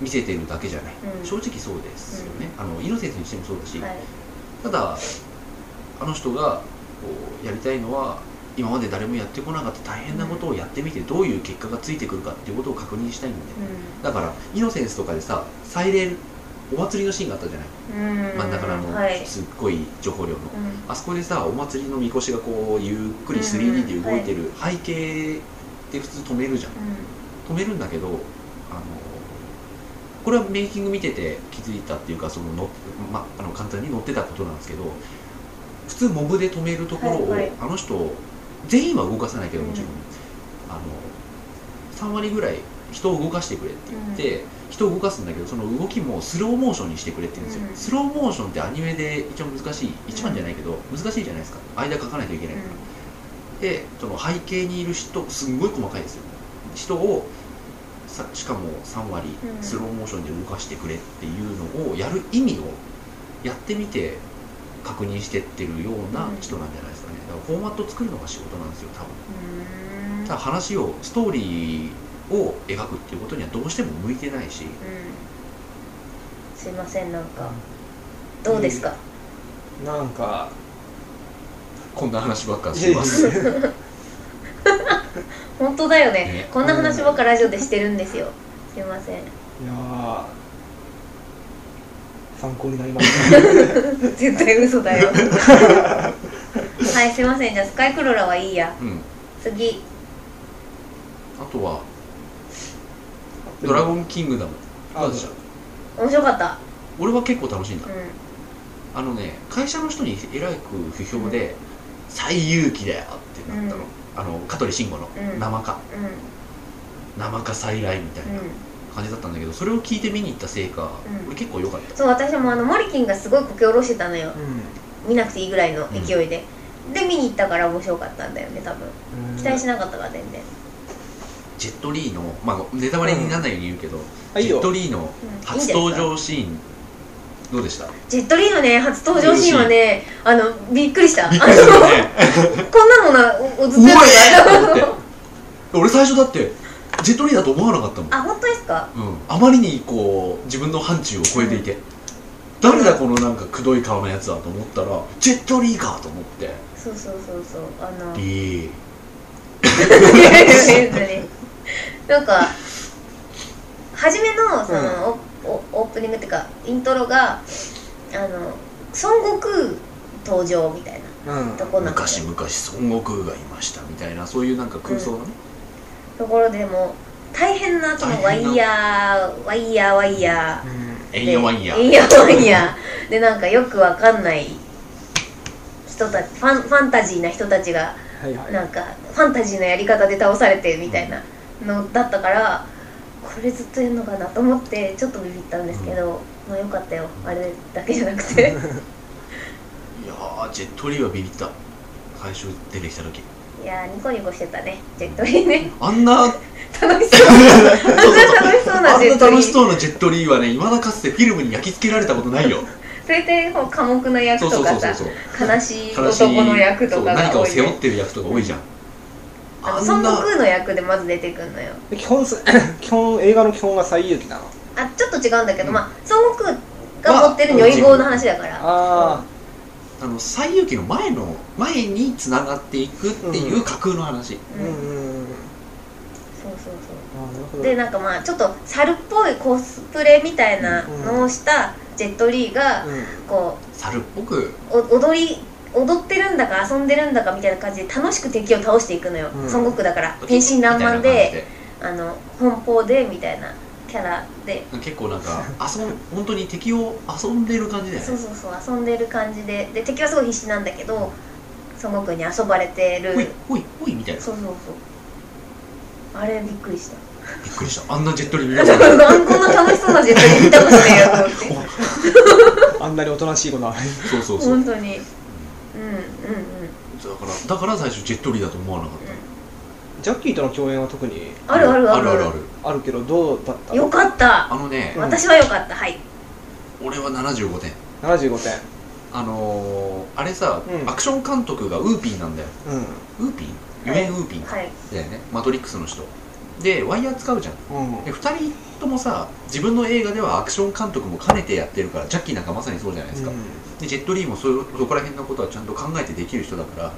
Speaker 1: 見せてるだけじゃない、
Speaker 2: うん
Speaker 1: 正直そうですよね、あのイノセンスにしてもそうだし、
Speaker 2: はい
Speaker 1: ただあの人がこうやりたいのは今まで誰もやってこなかった大変なことをやってみてどういう結果がついてくるかっていうことを確認したいんで、
Speaker 2: う
Speaker 1: だからイノセンスとかでさ祭礼お祭りのシーンがあったじゃない
Speaker 2: んうん
Speaker 1: 真ん中からの、
Speaker 2: はい
Speaker 1: すっごい情報量の
Speaker 2: うん
Speaker 1: あそこでさお祭りのみこしがこうゆっくり 3D で動いてる背景って普通止めるじゃん止めるんだけどあのこれはメイキング見てて気づいたっていうかそのの、ま、あの簡単に載ってたことなんですけど普通モブで止めるところを、
Speaker 2: はいはい
Speaker 1: あの人全員は動かさないけどもちろん、
Speaker 2: うん
Speaker 1: あの3割ぐらい人を動かしてくれって言って、人を動かすんだけどその動きもスローモーションにしてくれって言うんですよ、
Speaker 2: うん
Speaker 1: スローモーションってアニメで一番難しい一番じゃないけど、難しいじゃないですか間書かないといけないから、でその背景にいる人すんごい細かいですよ人をさしかも3割
Speaker 2: うん
Speaker 1: スローモーションで動かしてくれっていうのをやる意味をやってみて確認してってるような人なんじゃないですかねだからフォーマット作るのが仕事なんですよ多分
Speaker 2: うんうん
Speaker 1: ただ話をストーリーを描くっていうことにはどうしても向いてないし
Speaker 2: うんすいませんなんかどうですか、
Speaker 3: なんか
Speaker 1: こんな話ばっかしてますね
Speaker 2: 本当だよね
Speaker 1: ね
Speaker 2: こんな話ばっかラジオでしてるんですよすいません
Speaker 3: いやー参考になりました
Speaker 2: 絶対嘘だよはいすいませんじゃあスカイクロラはいいや
Speaker 1: うん
Speaker 2: 次
Speaker 1: あとは「ドラゴンキングダム」
Speaker 3: あ
Speaker 1: どうでした
Speaker 2: 面白かった
Speaker 1: 俺は結構楽しんだ
Speaker 2: う
Speaker 1: あのね会社の人に偉く不評で「最勇気だよ」ってなったの、
Speaker 2: うん
Speaker 1: あの香取慎吾の
Speaker 2: うん
Speaker 1: 生か
Speaker 2: んうん
Speaker 1: 生か再来みたいな
Speaker 2: うん
Speaker 1: 感じだったんだけどそれを聞いて見に行ったせいか、
Speaker 2: うん
Speaker 1: 俺結構良かった
Speaker 2: そう私もあのモリキンがすごいこけ下ろしてたのよ
Speaker 3: う
Speaker 2: 見なくていいぐらいの勢いで、で見に行ったから面白かったんだよね多分
Speaker 3: ん
Speaker 2: 期待しなかったから全然、
Speaker 1: ジェットリーのまあネタバレにならないように言うけど、
Speaker 3: あいい
Speaker 1: ジェ
Speaker 3: よ
Speaker 1: ットリーの
Speaker 2: うんいいん
Speaker 1: 初
Speaker 2: ですか
Speaker 1: 登場シーンどうでした
Speaker 2: ジェットリーのね初登場シーンはね あのびっくりした
Speaker 1: びっく りしたよね
Speaker 2: あのこんなのなおおず
Speaker 1: う
Speaker 2: っと
Speaker 1: わ
Speaker 2: やっ
Speaker 1: え と思
Speaker 2: てた
Speaker 1: って俺最初だってジェットリーだと思わなかったもん
Speaker 2: あ本当ですか
Speaker 1: うん、あまりにこう自分の範疇を超えていて、誰だこのなんかくどい顔のやつだと思ったらジェットリーかと思って
Speaker 2: そうそうそうそうあの
Speaker 1: リー
Speaker 2: なんか初めのその、おおオープニングっていうかイントロがあの孫悟空登場みたい
Speaker 3: うん
Speaker 2: なとこなんで
Speaker 1: 昔々孫悟空がいましたみたいなそういうなんか空想のね、
Speaker 2: ところでも大変なそのワ
Speaker 1: 大変な
Speaker 2: イヤーワイヤーワイヤ
Speaker 3: う
Speaker 2: ー
Speaker 1: えんやわんや
Speaker 2: でえんやわんやでなんかよくわかんない人たちファンファンタジーな人たちが
Speaker 3: んはいはい
Speaker 2: なんかファンタジーなやり方で倒されてみたいなのだったからこれずっとやるのかなと思ってちょっとビビったんですけど、まあよかったよあれだけじゃなくて
Speaker 1: いやージェットリーはビビった最初出てきた時
Speaker 2: いやーニコニコしてたねジェットリーね
Speaker 1: あんな
Speaker 2: 楽しそう
Speaker 1: そうそうそう
Speaker 2: 楽しそう
Speaker 1: あ
Speaker 2: なんジェ
Speaker 1: な
Speaker 2: ットリー
Speaker 1: 楽しそうなジェットリーはねいまだかつてフィルムに焼き付けられたことないよ
Speaker 2: 大体こう寡黙な
Speaker 1: そ
Speaker 2: 役
Speaker 1: うそ
Speaker 2: と
Speaker 1: うそ
Speaker 2: か
Speaker 1: うそう
Speaker 2: さ
Speaker 1: そう
Speaker 2: 悲しい
Speaker 1: 悲しい
Speaker 2: 男の役とか
Speaker 1: そう何
Speaker 2: が
Speaker 1: か
Speaker 2: 多
Speaker 1: を
Speaker 2: い
Speaker 1: 背負
Speaker 2: ね
Speaker 1: ってる役とか多いじゃん
Speaker 2: あ
Speaker 1: あ
Speaker 2: の孫
Speaker 1: んな
Speaker 2: 悟空の役でまず出てくんのよ
Speaker 3: で基本す 基本映画の基本が西遊記なの
Speaker 2: あちょっと違うんだけど、
Speaker 1: うん
Speaker 2: まあ孫悟空が持ってる如意棒の話だから、
Speaker 3: あ
Speaker 1: あの西遊記の前の前につながっていくっていう架空の話、
Speaker 3: あ
Speaker 2: う
Speaker 3: うんんうんうん
Speaker 2: そうそうそう
Speaker 3: あーなるほど
Speaker 2: でなんかまあちょっと猿っぽいコスプレみたいなのをしたジェットリーが
Speaker 3: うん
Speaker 2: こ
Speaker 1: 猿っぽく
Speaker 2: うお踊り踊ってるんだか遊んでるんだかみたいな感じで楽しく敵を倒していくのよ、
Speaker 3: うん
Speaker 2: 孫悟空だから天真爛漫
Speaker 1: みたいな感じ
Speaker 2: であの奔放でみたいなキャラで
Speaker 1: 結構なんか遊ん本当に敵を遊んでる感じだよ
Speaker 2: そう
Speaker 1: ね
Speaker 2: そうそう遊んでる感じでで敵はすごい必死なんだけど孫悟空に遊ばれてる
Speaker 1: ほいほいほいみたいな
Speaker 2: そうそうそうあれびっくりした
Speaker 1: びっくりしたあんなジェットリー見
Speaker 2: あ
Speaker 1: ま
Speaker 2: の
Speaker 1: し
Speaker 2: こん
Speaker 1: た
Speaker 2: な楽しそうなジェットリー見たことないよと思って
Speaker 3: あんなにおとなしい子なのに
Speaker 1: そうそうそう
Speaker 2: 本
Speaker 1: だか
Speaker 2: 当にうんうんうん
Speaker 1: らだから最初ジェットリーだと思わなかっ
Speaker 3: ジャッキーとの共演は特に
Speaker 1: た
Speaker 2: あるあるあ
Speaker 1: あるあ
Speaker 2: る
Speaker 1: る
Speaker 3: あるけどどうだった
Speaker 2: よかった
Speaker 1: あのね
Speaker 3: うん
Speaker 2: 私はよかったはい
Speaker 1: 俺は75点
Speaker 3: 75点
Speaker 1: あのー、あれさ、
Speaker 3: うん
Speaker 1: アクション監督がウーピーなんだよ
Speaker 3: うん
Speaker 1: ウーピーゆえんウーピー
Speaker 2: はい
Speaker 1: だよねマトリックスの人でワイヤー使うじゃん
Speaker 3: うん
Speaker 1: で2人ともさ自分の映画ではアクション監督も兼ねてやってるからジャッキーなんかまさにそうじゃないですか、
Speaker 3: う
Speaker 1: でジェットリーもそういうそこら辺のことはちゃんと考えてできる人だから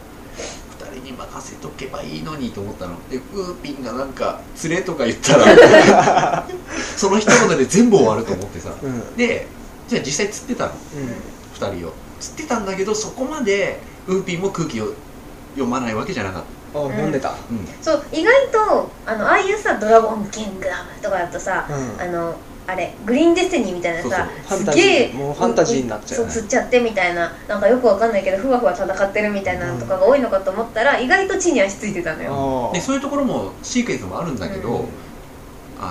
Speaker 1: 2人に任せとけばいいのにと思ったのでウーピンがなんか「連れ」とか言ったら その一言で全部終わると思ってさ
Speaker 3: んうん
Speaker 1: でじゃあ実際釣ってたの2人を釣ってたんだけどそこまでウーピンも空気を読まないわけじゃなかっ
Speaker 3: うんあ飲んでた
Speaker 1: た、うん、
Speaker 2: そう意外とあのああいうさ「ドラゴンキングダム」とかだとさ
Speaker 3: うん
Speaker 2: あのあれグリーンデスティニーみたいなさ
Speaker 3: そうそう
Speaker 2: すげえ
Speaker 3: ファンタジーもうファンタジーになっちゃう
Speaker 2: そう釣っちゃってみたいななんかよくわかんないけどふわふわ戦ってるみたいなのとかが多いのかと思ったら意外と地に足ついてたの
Speaker 3: あ
Speaker 2: よ
Speaker 3: ー
Speaker 1: でそういうところもシークエンスもあるんだけど、
Speaker 2: うん
Speaker 1: あのー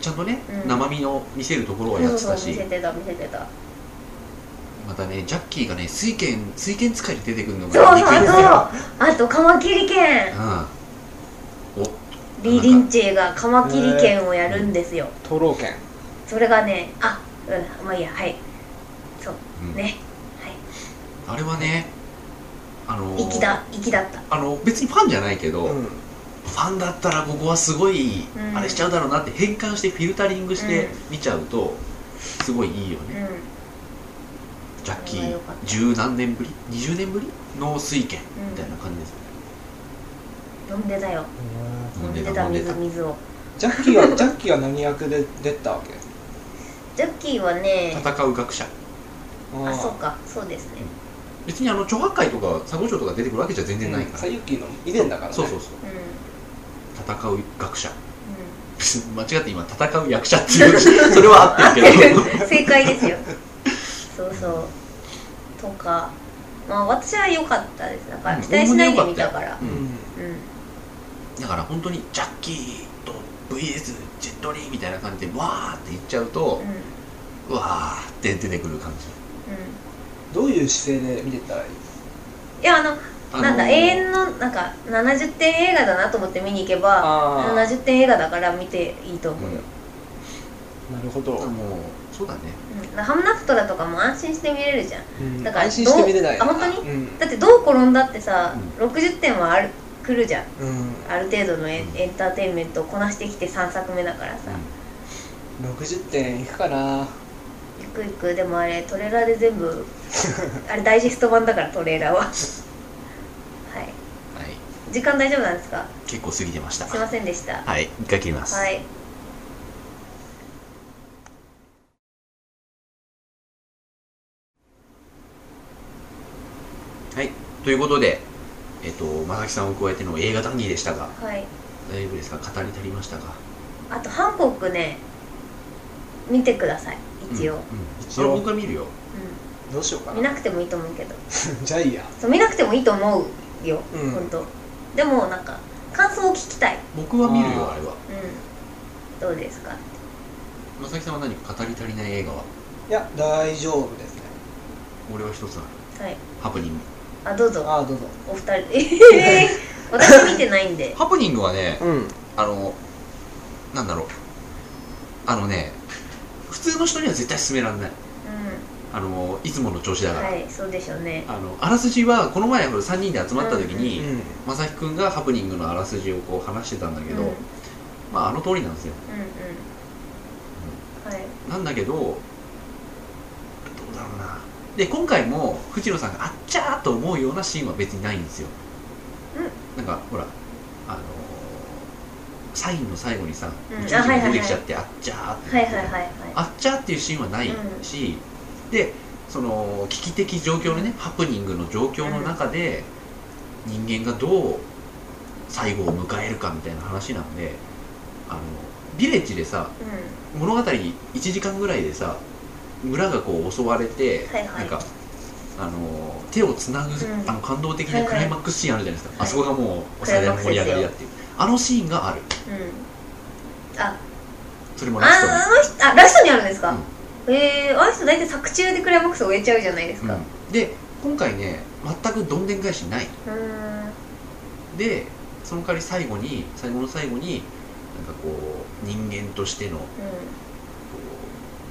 Speaker 1: ちゃんとね、
Speaker 2: うん
Speaker 1: 生身の見せるところ
Speaker 2: そ
Speaker 1: は
Speaker 2: う
Speaker 1: や
Speaker 2: そう
Speaker 1: って
Speaker 2: そう
Speaker 1: たし
Speaker 2: 見せてた見せてた
Speaker 1: またねジャッキーがね水剣水剣使いで出てくるの
Speaker 2: そう
Speaker 1: が
Speaker 2: そう
Speaker 1: びっくり
Speaker 2: そう
Speaker 1: だよ
Speaker 2: あとカマキリ剣
Speaker 1: うんお
Speaker 2: リー・リンチェがカマキリ剣をやるんですよ
Speaker 3: 灯籠剣
Speaker 2: それがねあうんまあいいやはいそう
Speaker 1: うん
Speaker 2: ね
Speaker 1: あれはねあのー
Speaker 2: 粋だ粋だった
Speaker 1: あの別にファンじゃないけど、フ
Speaker 3: うん
Speaker 1: ァンだったらここはすごい、
Speaker 2: うん
Speaker 1: あれしちゃうだろうなって変換してフィルタリングして見ちゃうと、すごいいいよ
Speaker 2: う
Speaker 1: ね、
Speaker 2: ん
Speaker 1: ジャッキ
Speaker 2: あれは良
Speaker 1: ー
Speaker 2: かった
Speaker 1: 十何年ぶり20年ぶりの水剣
Speaker 2: うん
Speaker 1: みたいな感じですよね、
Speaker 2: 飲んでたよ
Speaker 1: 飲
Speaker 2: 飲
Speaker 1: ん
Speaker 2: ん
Speaker 1: で
Speaker 2: で
Speaker 1: た
Speaker 2: た
Speaker 1: 飲んでた
Speaker 2: 水水を
Speaker 3: ジャッキ ーはジャッキーは何役で出たわけ
Speaker 2: ジャッキーはね
Speaker 1: 戦う学者
Speaker 2: あそうかそうですね
Speaker 1: 別にあの著破壊とか佐護城とか出てくるわけじゃ全然ないから、
Speaker 3: サユキの以前だからね
Speaker 1: そうそうそう
Speaker 2: うん
Speaker 1: 戦う学者
Speaker 2: う
Speaker 1: 間違って今戦う役者っていう それは合ってるけど
Speaker 2: ん正解ですよそうそうとかまあ私は良かったですだから
Speaker 1: うん
Speaker 2: 期待しないで見たから
Speaker 1: うん
Speaker 3: うん
Speaker 2: うん
Speaker 1: だから本当にジャッキーと VS ジェットリーみたいな感じでわーって言っちゃう
Speaker 2: う
Speaker 1: と
Speaker 2: んうん、
Speaker 1: わーって出てくる感じ
Speaker 3: どういう姿勢で見てったらいい
Speaker 2: いやあの
Speaker 1: あのー
Speaker 2: なんだ永遠のなんか70点映画だなと思って見に行けば
Speaker 3: あー
Speaker 2: 70点映画だから見ていいと思うよ、
Speaker 3: なるほど
Speaker 1: うんもうそうだね
Speaker 2: うんハムナプトラとかも安心して見れるじゃん
Speaker 3: うん
Speaker 2: だから
Speaker 3: 安心して見れない
Speaker 2: どうあ本当
Speaker 3: にうん
Speaker 2: だってどう転んだってさ、60点はあるくるじゃん
Speaker 3: うん
Speaker 2: ある程度のエンエンターテインメントをこなしてきて3作目だからさ、
Speaker 3: 60点いくかな
Speaker 2: ゆくゆくでもあれトレーラーで全部あれダイジェスト版だからトレーラーははい
Speaker 1: はい
Speaker 2: 時間大丈夫なんですか
Speaker 1: 結構過ぎてました
Speaker 2: すいませんでした
Speaker 1: はい一回切ります、
Speaker 2: はい
Speaker 1: ということで、えっと、まさきさんを加えての映画談義でしたが、
Speaker 2: はい
Speaker 1: 大丈夫ですか語り足りましたか
Speaker 2: あとハンコックね見てください一応、
Speaker 1: う
Speaker 2: うんん
Speaker 1: 一応僕は見るよ。
Speaker 3: どうしようか
Speaker 2: 見
Speaker 3: な
Speaker 2: なくてもいいと思うけど
Speaker 3: じゃあいいや
Speaker 2: そう見なくてもいいと思うよ、
Speaker 3: うん
Speaker 2: ほんとでもなんか感想を聞きたい
Speaker 1: 僕は見るよ、
Speaker 3: あー
Speaker 1: あれは。
Speaker 2: うんどうですか
Speaker 1: まさきさんは何か語り足りない映画はい
Speaker 3: や大丈夫ですね
Speaker 1: 俺は一つある。
Speaker 2: はい
Speaker 1: ハプニング。
Speaker 2: あどうぞ
Speaker 3: ああどうぞ
Speaker 2: お二人えー私見てないんで
Speaker 1: ハプニングはね、
Speaker 3: うん
Speaker 1: あの、なんだろう。あのね、普通の人には絶対勧められない。
Speaker 2: う
Speaker 1: あの、いつもの調子だ
Speaker 2: ん
Speaker 1: から。
Speaker 2: はいそうでしょうね
Speaker 1: あの、あらすじは、この前3人で集まった時
Speaker 3: う
Speaker 1: に、
Speaker 3: ん
Speaker 1: まさきくんがハプニングのあらすじをこう話してたんだけど、
Speaker 2: うんうん
Speaker 1: まああの通りなんですよ
Speaker 2: うんはい
Speaker 1: なんだけどどうだろうなで今回も藤野さんがあっちゃーと思うようなシーンは別にないんですよ、なんかほらあのーサインの最後にさ
Speaker 2: う
Speaker 1: 宇
Speaker 2: ん
Speaker 1: 宙人が出てきちゃってあっちゃーって言
Speaker 2: はい
Speaker 1: って
Speaker 2: はいはいはい
Speaker 1: あっちゃーっていうシーンはないし、でその危機的状況のねハプニングの状況の中で、人間がどう最後を迎えるかみたいな話なのであのビレッジでさ
Speaker 2: うん
Speaker 1: 物語1時間ぐらいでさ村がこう襲われて、
Speaker 2: はいはい
Speaker 1: なんかあの手をつなぐ、
Speaker 2: うん
Speaker 1: あの感動的
Speaker 2: はい
Speaker 1: な
Speaker 2: はい
Speaker 1: クライマックスシーンあるじゃないですか、
Speaker 2: はい
Speaker 1: あそこがもう最大の盛り上がりだっていうあのシーンがある
Speaker 2: うんあ
Speaker 1: それも
Speaker 2: あ
Speaker 1: ラストに
Speaker 2: あの人あラストにあるんですか、えー、あの人大体作中でクライマックス終えちゃうじゃないですかう
Speaker 1: うんで今回ね全くどんでん返しない
Speaker 2: ーん
Speaker 1: でその代わり最後に最後の最後になんかこう人間としてのこ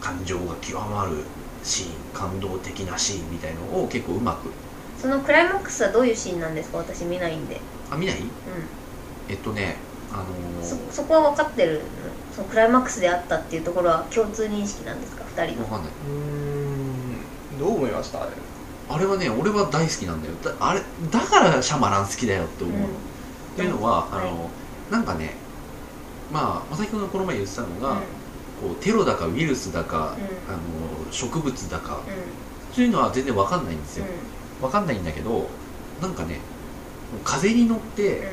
Speaker 1: う感情が極まるシーン感動的なシーンみたいのを結構うまく
Speaker 2: うんそのクライマックスはどういうシーンなんですか私見ないんで
Speaker 1: あ見ない
Speaker 2: うん
Speaker 1: えっとねあの
Speaker 2: そ
Speaker 1: ー
Speaker 2: そこは分かってるそのクライマックスであったっていうところは共通認識なんですか二人
Speaker 1: わ
Speaker 2: の
Speaker 1: かんないう
Speaker 3: ーんどう思いましたあれ
Speaker 1: あれはね俺は大好きなんだよだあれだからシャマラン好きだよって思うの、
Speaker 2: うん
Speaker 1: っていうのは、
Speaker 2: はい
Speaker 1: あのなんかねまあ正木君がこの前言ってたの
Speaker 2: うん
Speaker 1: が、こうテロだかウイルスだか、
Speaker 2: う
Speaker 1: あの植物だか、
Speaker 2: うん
Speaker 1: そういうのは全然わかんないんです
Speaker 2: うん
Speaker 1: よ、わかんないんだけどなんかね風に乗って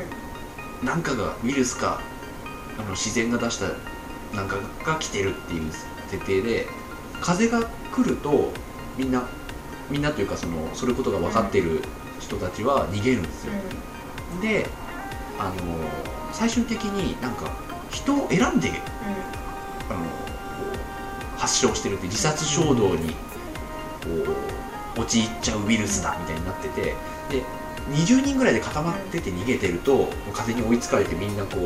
Speaker 1: なんかがウイルスかあの自然が出したなんかが来てるっていう設定で風が来るとみんなみんなというかそのそれことが分かってる人たちは逃げるんですよ、であの最終的になんか人を選んで
Speaker 2: う
Speaker 1: あのこう発症してるって自殺衝動にこう陥っちゃうウイルスだみたいになっててで20人ぐらいで固まってて逃げてるともう風に追いつかれてみんなこう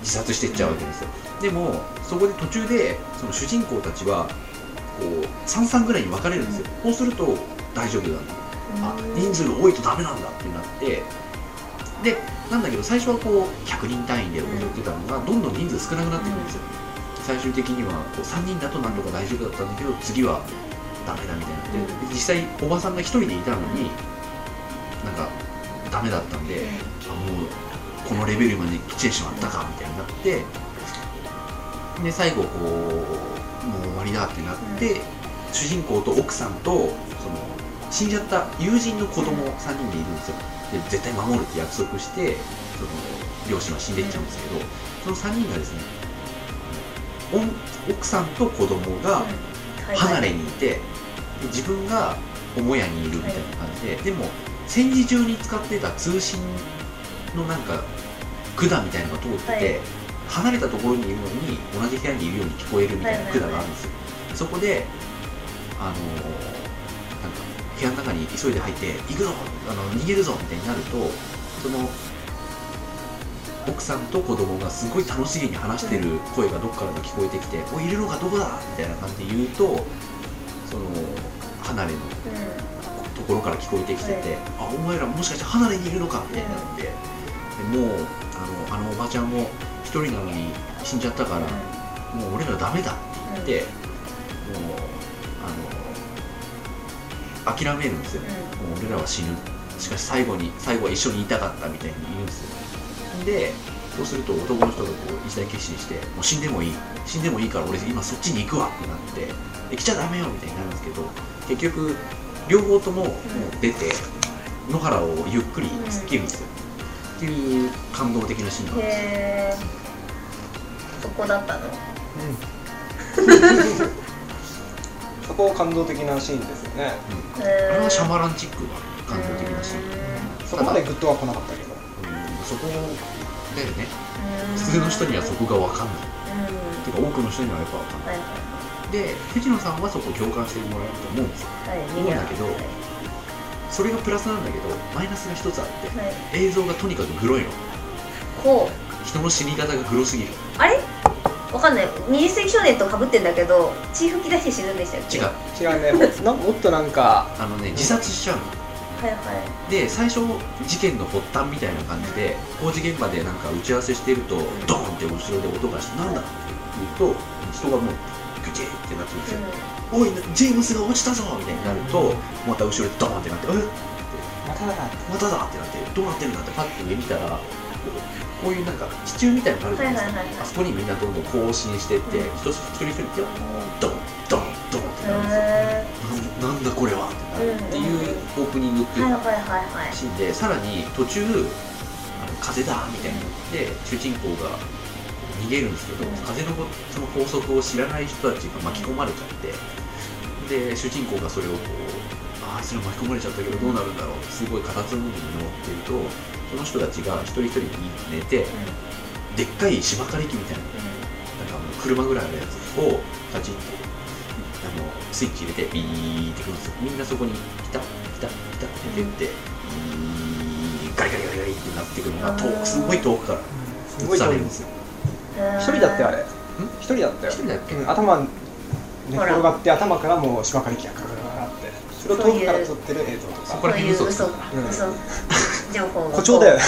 Speaker 1: 自殺してっちゃうわけですよでもそこで途中でその主人公たちはこう33ぐらいに分かれるんですよそうすると大丈夫なんだ
Speaker 2: ん
Speaker 1: あ
Speaker 2: うん
Speaker 1: 人数が多いとダメなんだってなってでなんだけど最初はこう100人単位で踊ってたのがどんどん人数少なくなってくるんですよ、最終的にはこう3人だとなんとか大丈夫だったんだけど次はダメだみたいになって、
Speaker 2: う
Speaker 1: で実際おばさんが1人でいたのになんかダメだったんで、あもうこのレベルまで来てしまったかみたいになってで最後こうもう終わりだってなって、主人公と奥さんとその死んじゃった友人の子供3人でいるんですよで絶対守るって約束してその両親は死んでいっちゃうんですけど、その3人がですねお奥さんと子供が
Speaker 2: うん
Speaker 1: 離れにいて、で自分が母屋にいるみたいな感じで、でも戦時中に使ってた通信のなんか管みたいなのが通ってて、
Speaker 2: はい
Speaker 1: 離れたところにいるのに同じ部屋にいるように聞こえるみたいな管があるんですよ、そこであのーなんか部屋の中に急いで入って「行くぞあの逃げるぞ」みたいになるとその奥さんと子供がすごい楽しげに話してる声がどっからか聞こえてきて「おいいるのかどこだ?」みたいな感じで言うとその離れの
Speaker 2: うん
Speaker 1: ところから聞こえてきてて「あお前らもしかして離れにいるのか」みたいになってでもうあのあのおばちゃんも一人なのに死んじゃったからもう俺らダメだって言って、もうあの諦めるんですよ、もう俺らは死ぬしかし最後に最後は一緒にいたかったみたいに言うんですよでそうすると男の人がこう一大決心してもう死んでもいい死んでもいいから俺今そっちに行くわってなってで来ちゃダメよみたいになるんですけど結局両方とももう出て、野原をゆっくり
Speaker 2: うん
Speaker 1: すっきり見せるっていう感動的なシーンなんですよ
Speaker 2: へえそこだったのう
Speaker 3: そこ感動的なシーンですよね
Speaker 1: あれはシャ
Speaker 2: ン
Speaker 1: マランチックが感動的なシーン
Speaker 3: そこまでグッとは来なかったけど
Speaker 1: うんそこだよね普通の人にはそこが分かんない
Speaker 2: うん
Speaker 1: っていうか多くの人にはやっぱ分かんな
Speaker 2: はいい
Speaker 1: で藤野さんはそこ共感してもらえると思うんですよ
Speaker 2: はいはい
Speaker 1: 思うんだけどそれがプラスなんだけどマイナスが一つあって
Speaker 2: はい
Speaker 1: 映像がとにかくグロいの
Speaker 2: こ
Speaker 1: 人の死に方がグロすぎる
Speaker 2: うあれわかんない二十世紀少年とかぶってんだけど血吹き出して死ぬんでしたっけ
Speaker 1: 違う
Speaker 2: はい
Speaker 3: 違うねもっとなんかもっとなんか
Speaker 1: あのね自殺しちゃうの
Speaker 2: は
Speaker 1: で最初事件の発端みたいな感じで工事現場でなんか打ち合わせしてるとドーンって後ろで音がしてなんだって言うと人がもうグチーってなってるんですよ、おいジェームスが落ちたぞみたいになるとまた後ろでドーンってなってえ
Speaker 3: まただな
Speaker 1: まただってなってどうなってるんだってパッて上見たらこうこういうなんか支柱みたいなのがあるじゃないですか、
Speaker 2: は
Speaker 1: あそこに
Speaker 2: いはいはいはい
Speaker 1: みんなどんどん更新してって、
Speaker 2: うん
Speaker 1: 一人一人一人ってドンドンドンってなるんですよ、
Speaker 2: へ
Speaker 1: なんなんだこれはってなるっていうオープニングって
Speaker 2: え
Speaker 1: いう
Speaker 2: はい
Speaker 1: か
Speaker 2: はいはいはい
Speaker 1: シーンでさらに途中あの風だみたいに言って主人公が逃げるんですけど、
Speaker 2: うん
Speaker 1: 風のその法則を知らない人たちが巻き込まれちゃってで主人公がそれをこうああそれ巻き込まれちゃったけどどうなるんだろうってすごいカタツムリに登ってるとその人たちが一人一人寝てでっかい芝刈り機みたいななんかもう車ぐらいのやつをカチンとあのスイッチ入れてビーってくるんですよみんなそこにピタッピタッピタッって出てってビーガリガリガリガリってなってくるのが遠くすごい遠くから
Speaker 3: すご
Speaker 1: 映
Speaker 3: い
Speaker 1: さ
Speaker 3: 遠
Speaker 1: れ
Speaker 3: い
Speaker 1: るん
Speaker 3: ん
Speaker 1: で
Speaker 3: ですす
Speaker 1: よ
Speaker 3: よ一人だってあ
Speaker 2: れ
Speaker 3: れ一人だったよ
Speaker 1: 一人だっけ
Speaker 3: うん頭寝
Speaker 2: ほら
Speaker 3: 転がって頭からもう芝刈り機がガラガラガラってそれを遠くから撮ってる映像と
Speaker 1: そ
Speaker 3: か
Speaker 1: こら辺嘘つ
Speaker 2: 嘘
Speaker 1: く
Speaker 3: うん
Speaker 2: 嘘情報
Speaker 3: 誇張だよね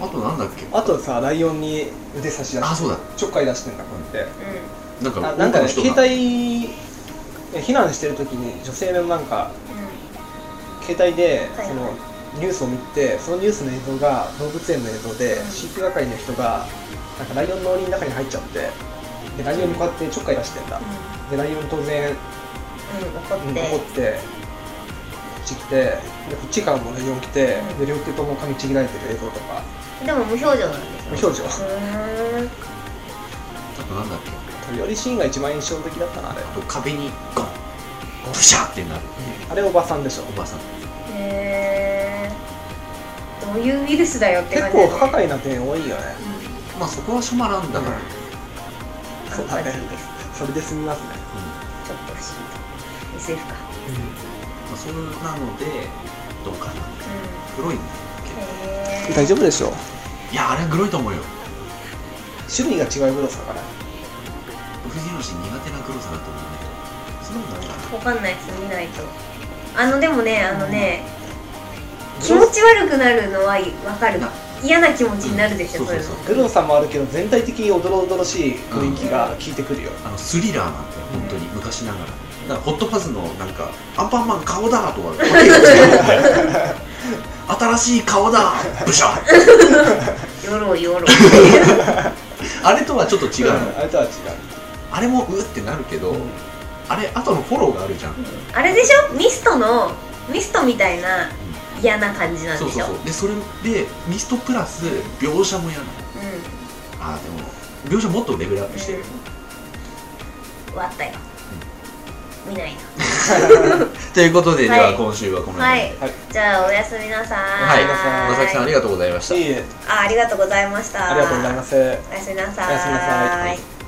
Speaker 1: あとなんだっけ
Speaker 3: あとさライオンに腕差し出
Speaker 1: あ
Speaker 3: して
Speaker 1: そうだ
Speaker 3: ちょっかい出してんだこうやって
Speaker 2: う
Speaker 1: なんか
Speaker 3: あなんかね
Speaker 1: 多くの人
Speaker 3: 携
Speaker 1: が
Speaker 3: 帯え避難してる時に女性のなんか
Speaker 2: んうん
Speaker 3: 携帯で
Speaker 2: はい
Speaker 3: そのニュースを見てそのニュースの映像が動物園の映像で
Speaker 2: うん
Speaker 3: 飼育係の人がなんかライオンの檻の中に入っちゃってでライオンにこうやってちょっかい出してんだでライオン当
Speaker 2: う
Speaker 3: 然
Speaker 2: ん怒って
Speaker 3: 怒ってこっち来てでこっちからもライオン来てで両手とも噛みちぎられてる映像とか
Speaker 2: でも無表情なんですよ
Speaker 3: 無表情
Speaker 2: うーん
Speaker 1: あとなんだっけあ
Speaker 3: 飛び降りシーンが一番印象的だったなあれ
Speaker 1: と壁にゴンブシャーってなる
Speaker 3: あれおばさんでしょ
Speaker 1: おばさん
Speaker 2: へーどういうウイルスだよって
Speaker 3: 結
Speaker 2: 感じだ
Speaker 3: 構
Speaker 2: ね
Speaker 3: 不可解な点多いよね
Speaker 1: まあそこはシャマランだから、
Speaker 3: うん
Speaker 2: そうだねおかしいです
Speaker 3: それで済みますね、
Speaker 2: ちょっと不思議 SF か
Speaker 1: まあ、それなのでどうかな
Speaker 2: う
Speaker 1: 黒いんだ
Speaker 2: んへー
Speaker 3: 大丈夫でしょう
Speaker 1: いやあれは黒いと思うよ
Speaker 3: 種類が違うグロさかな
Speaker 1: 藤野氏苦手な黒さだと思うんだけどそんなことないかな
Speaker 2: わかんないです見ないとあのでもねあのね、気持ち悪くなるのはわかる
Speaker 1: な
Speaker 2: 嫌な気持ちになるでしょ、
Speaker 1: うん
Speaker 2: そ
Speaker 1: そうう
Speaker 2: い
Speaker 1: そう
Speaker 2: う
Speaker 1: そ
Speaker 2: の
Speaker 1: う
Speaker 3: グロさもあるけど全体的におどろおどろしい雰囲気が効いてくるよ、
Speaker 1: あのスリラーなんて本当に昔ながらだからホットパズのなんか「アンパンマン顔だ!」と かわけが違う新しい顔だブシャ
Speaker 2: よろよろ
Speaker 1: あれとはちょっと違うの
Speaker 3: あれとは違う、
Speaker 1: あれもうってなるけど、あれ後のフォローがあるじゃん、
Speaker 2: あれでしょミストのミストみたいな嫌な感じなん
Speaker 1: そう
Speaker 2: でし
Speaker 1: そう
Speaker 2: ょ
Speaker 1: そううでそれでミストプラス描写もやなのあーでも描写もっとレベルアップしてる、
Speaker 2: ん終わったよ、見ない
Speaker 1: ということで、
Speaker 2: はい
Speaker 1: では今週はこの
Speaker 2: と
Speaker 1: 辺
Speaker 2: は
Speaker 1: で
Speaker 2: い、
Speaker 3: はい
Speaker 2: じゃあおやすみなさ
Speaker 1: はいい野崎さんありがとうございました
Speaker 3: いいえ
Speaker 2: あありがとうございました
Speaker 3: ありがとうございます
Speaker 2: おやすみなさ
Speaker 3: おやすみなさ
Speaker 2: ー
Speaker 3: い
Speaker 2: い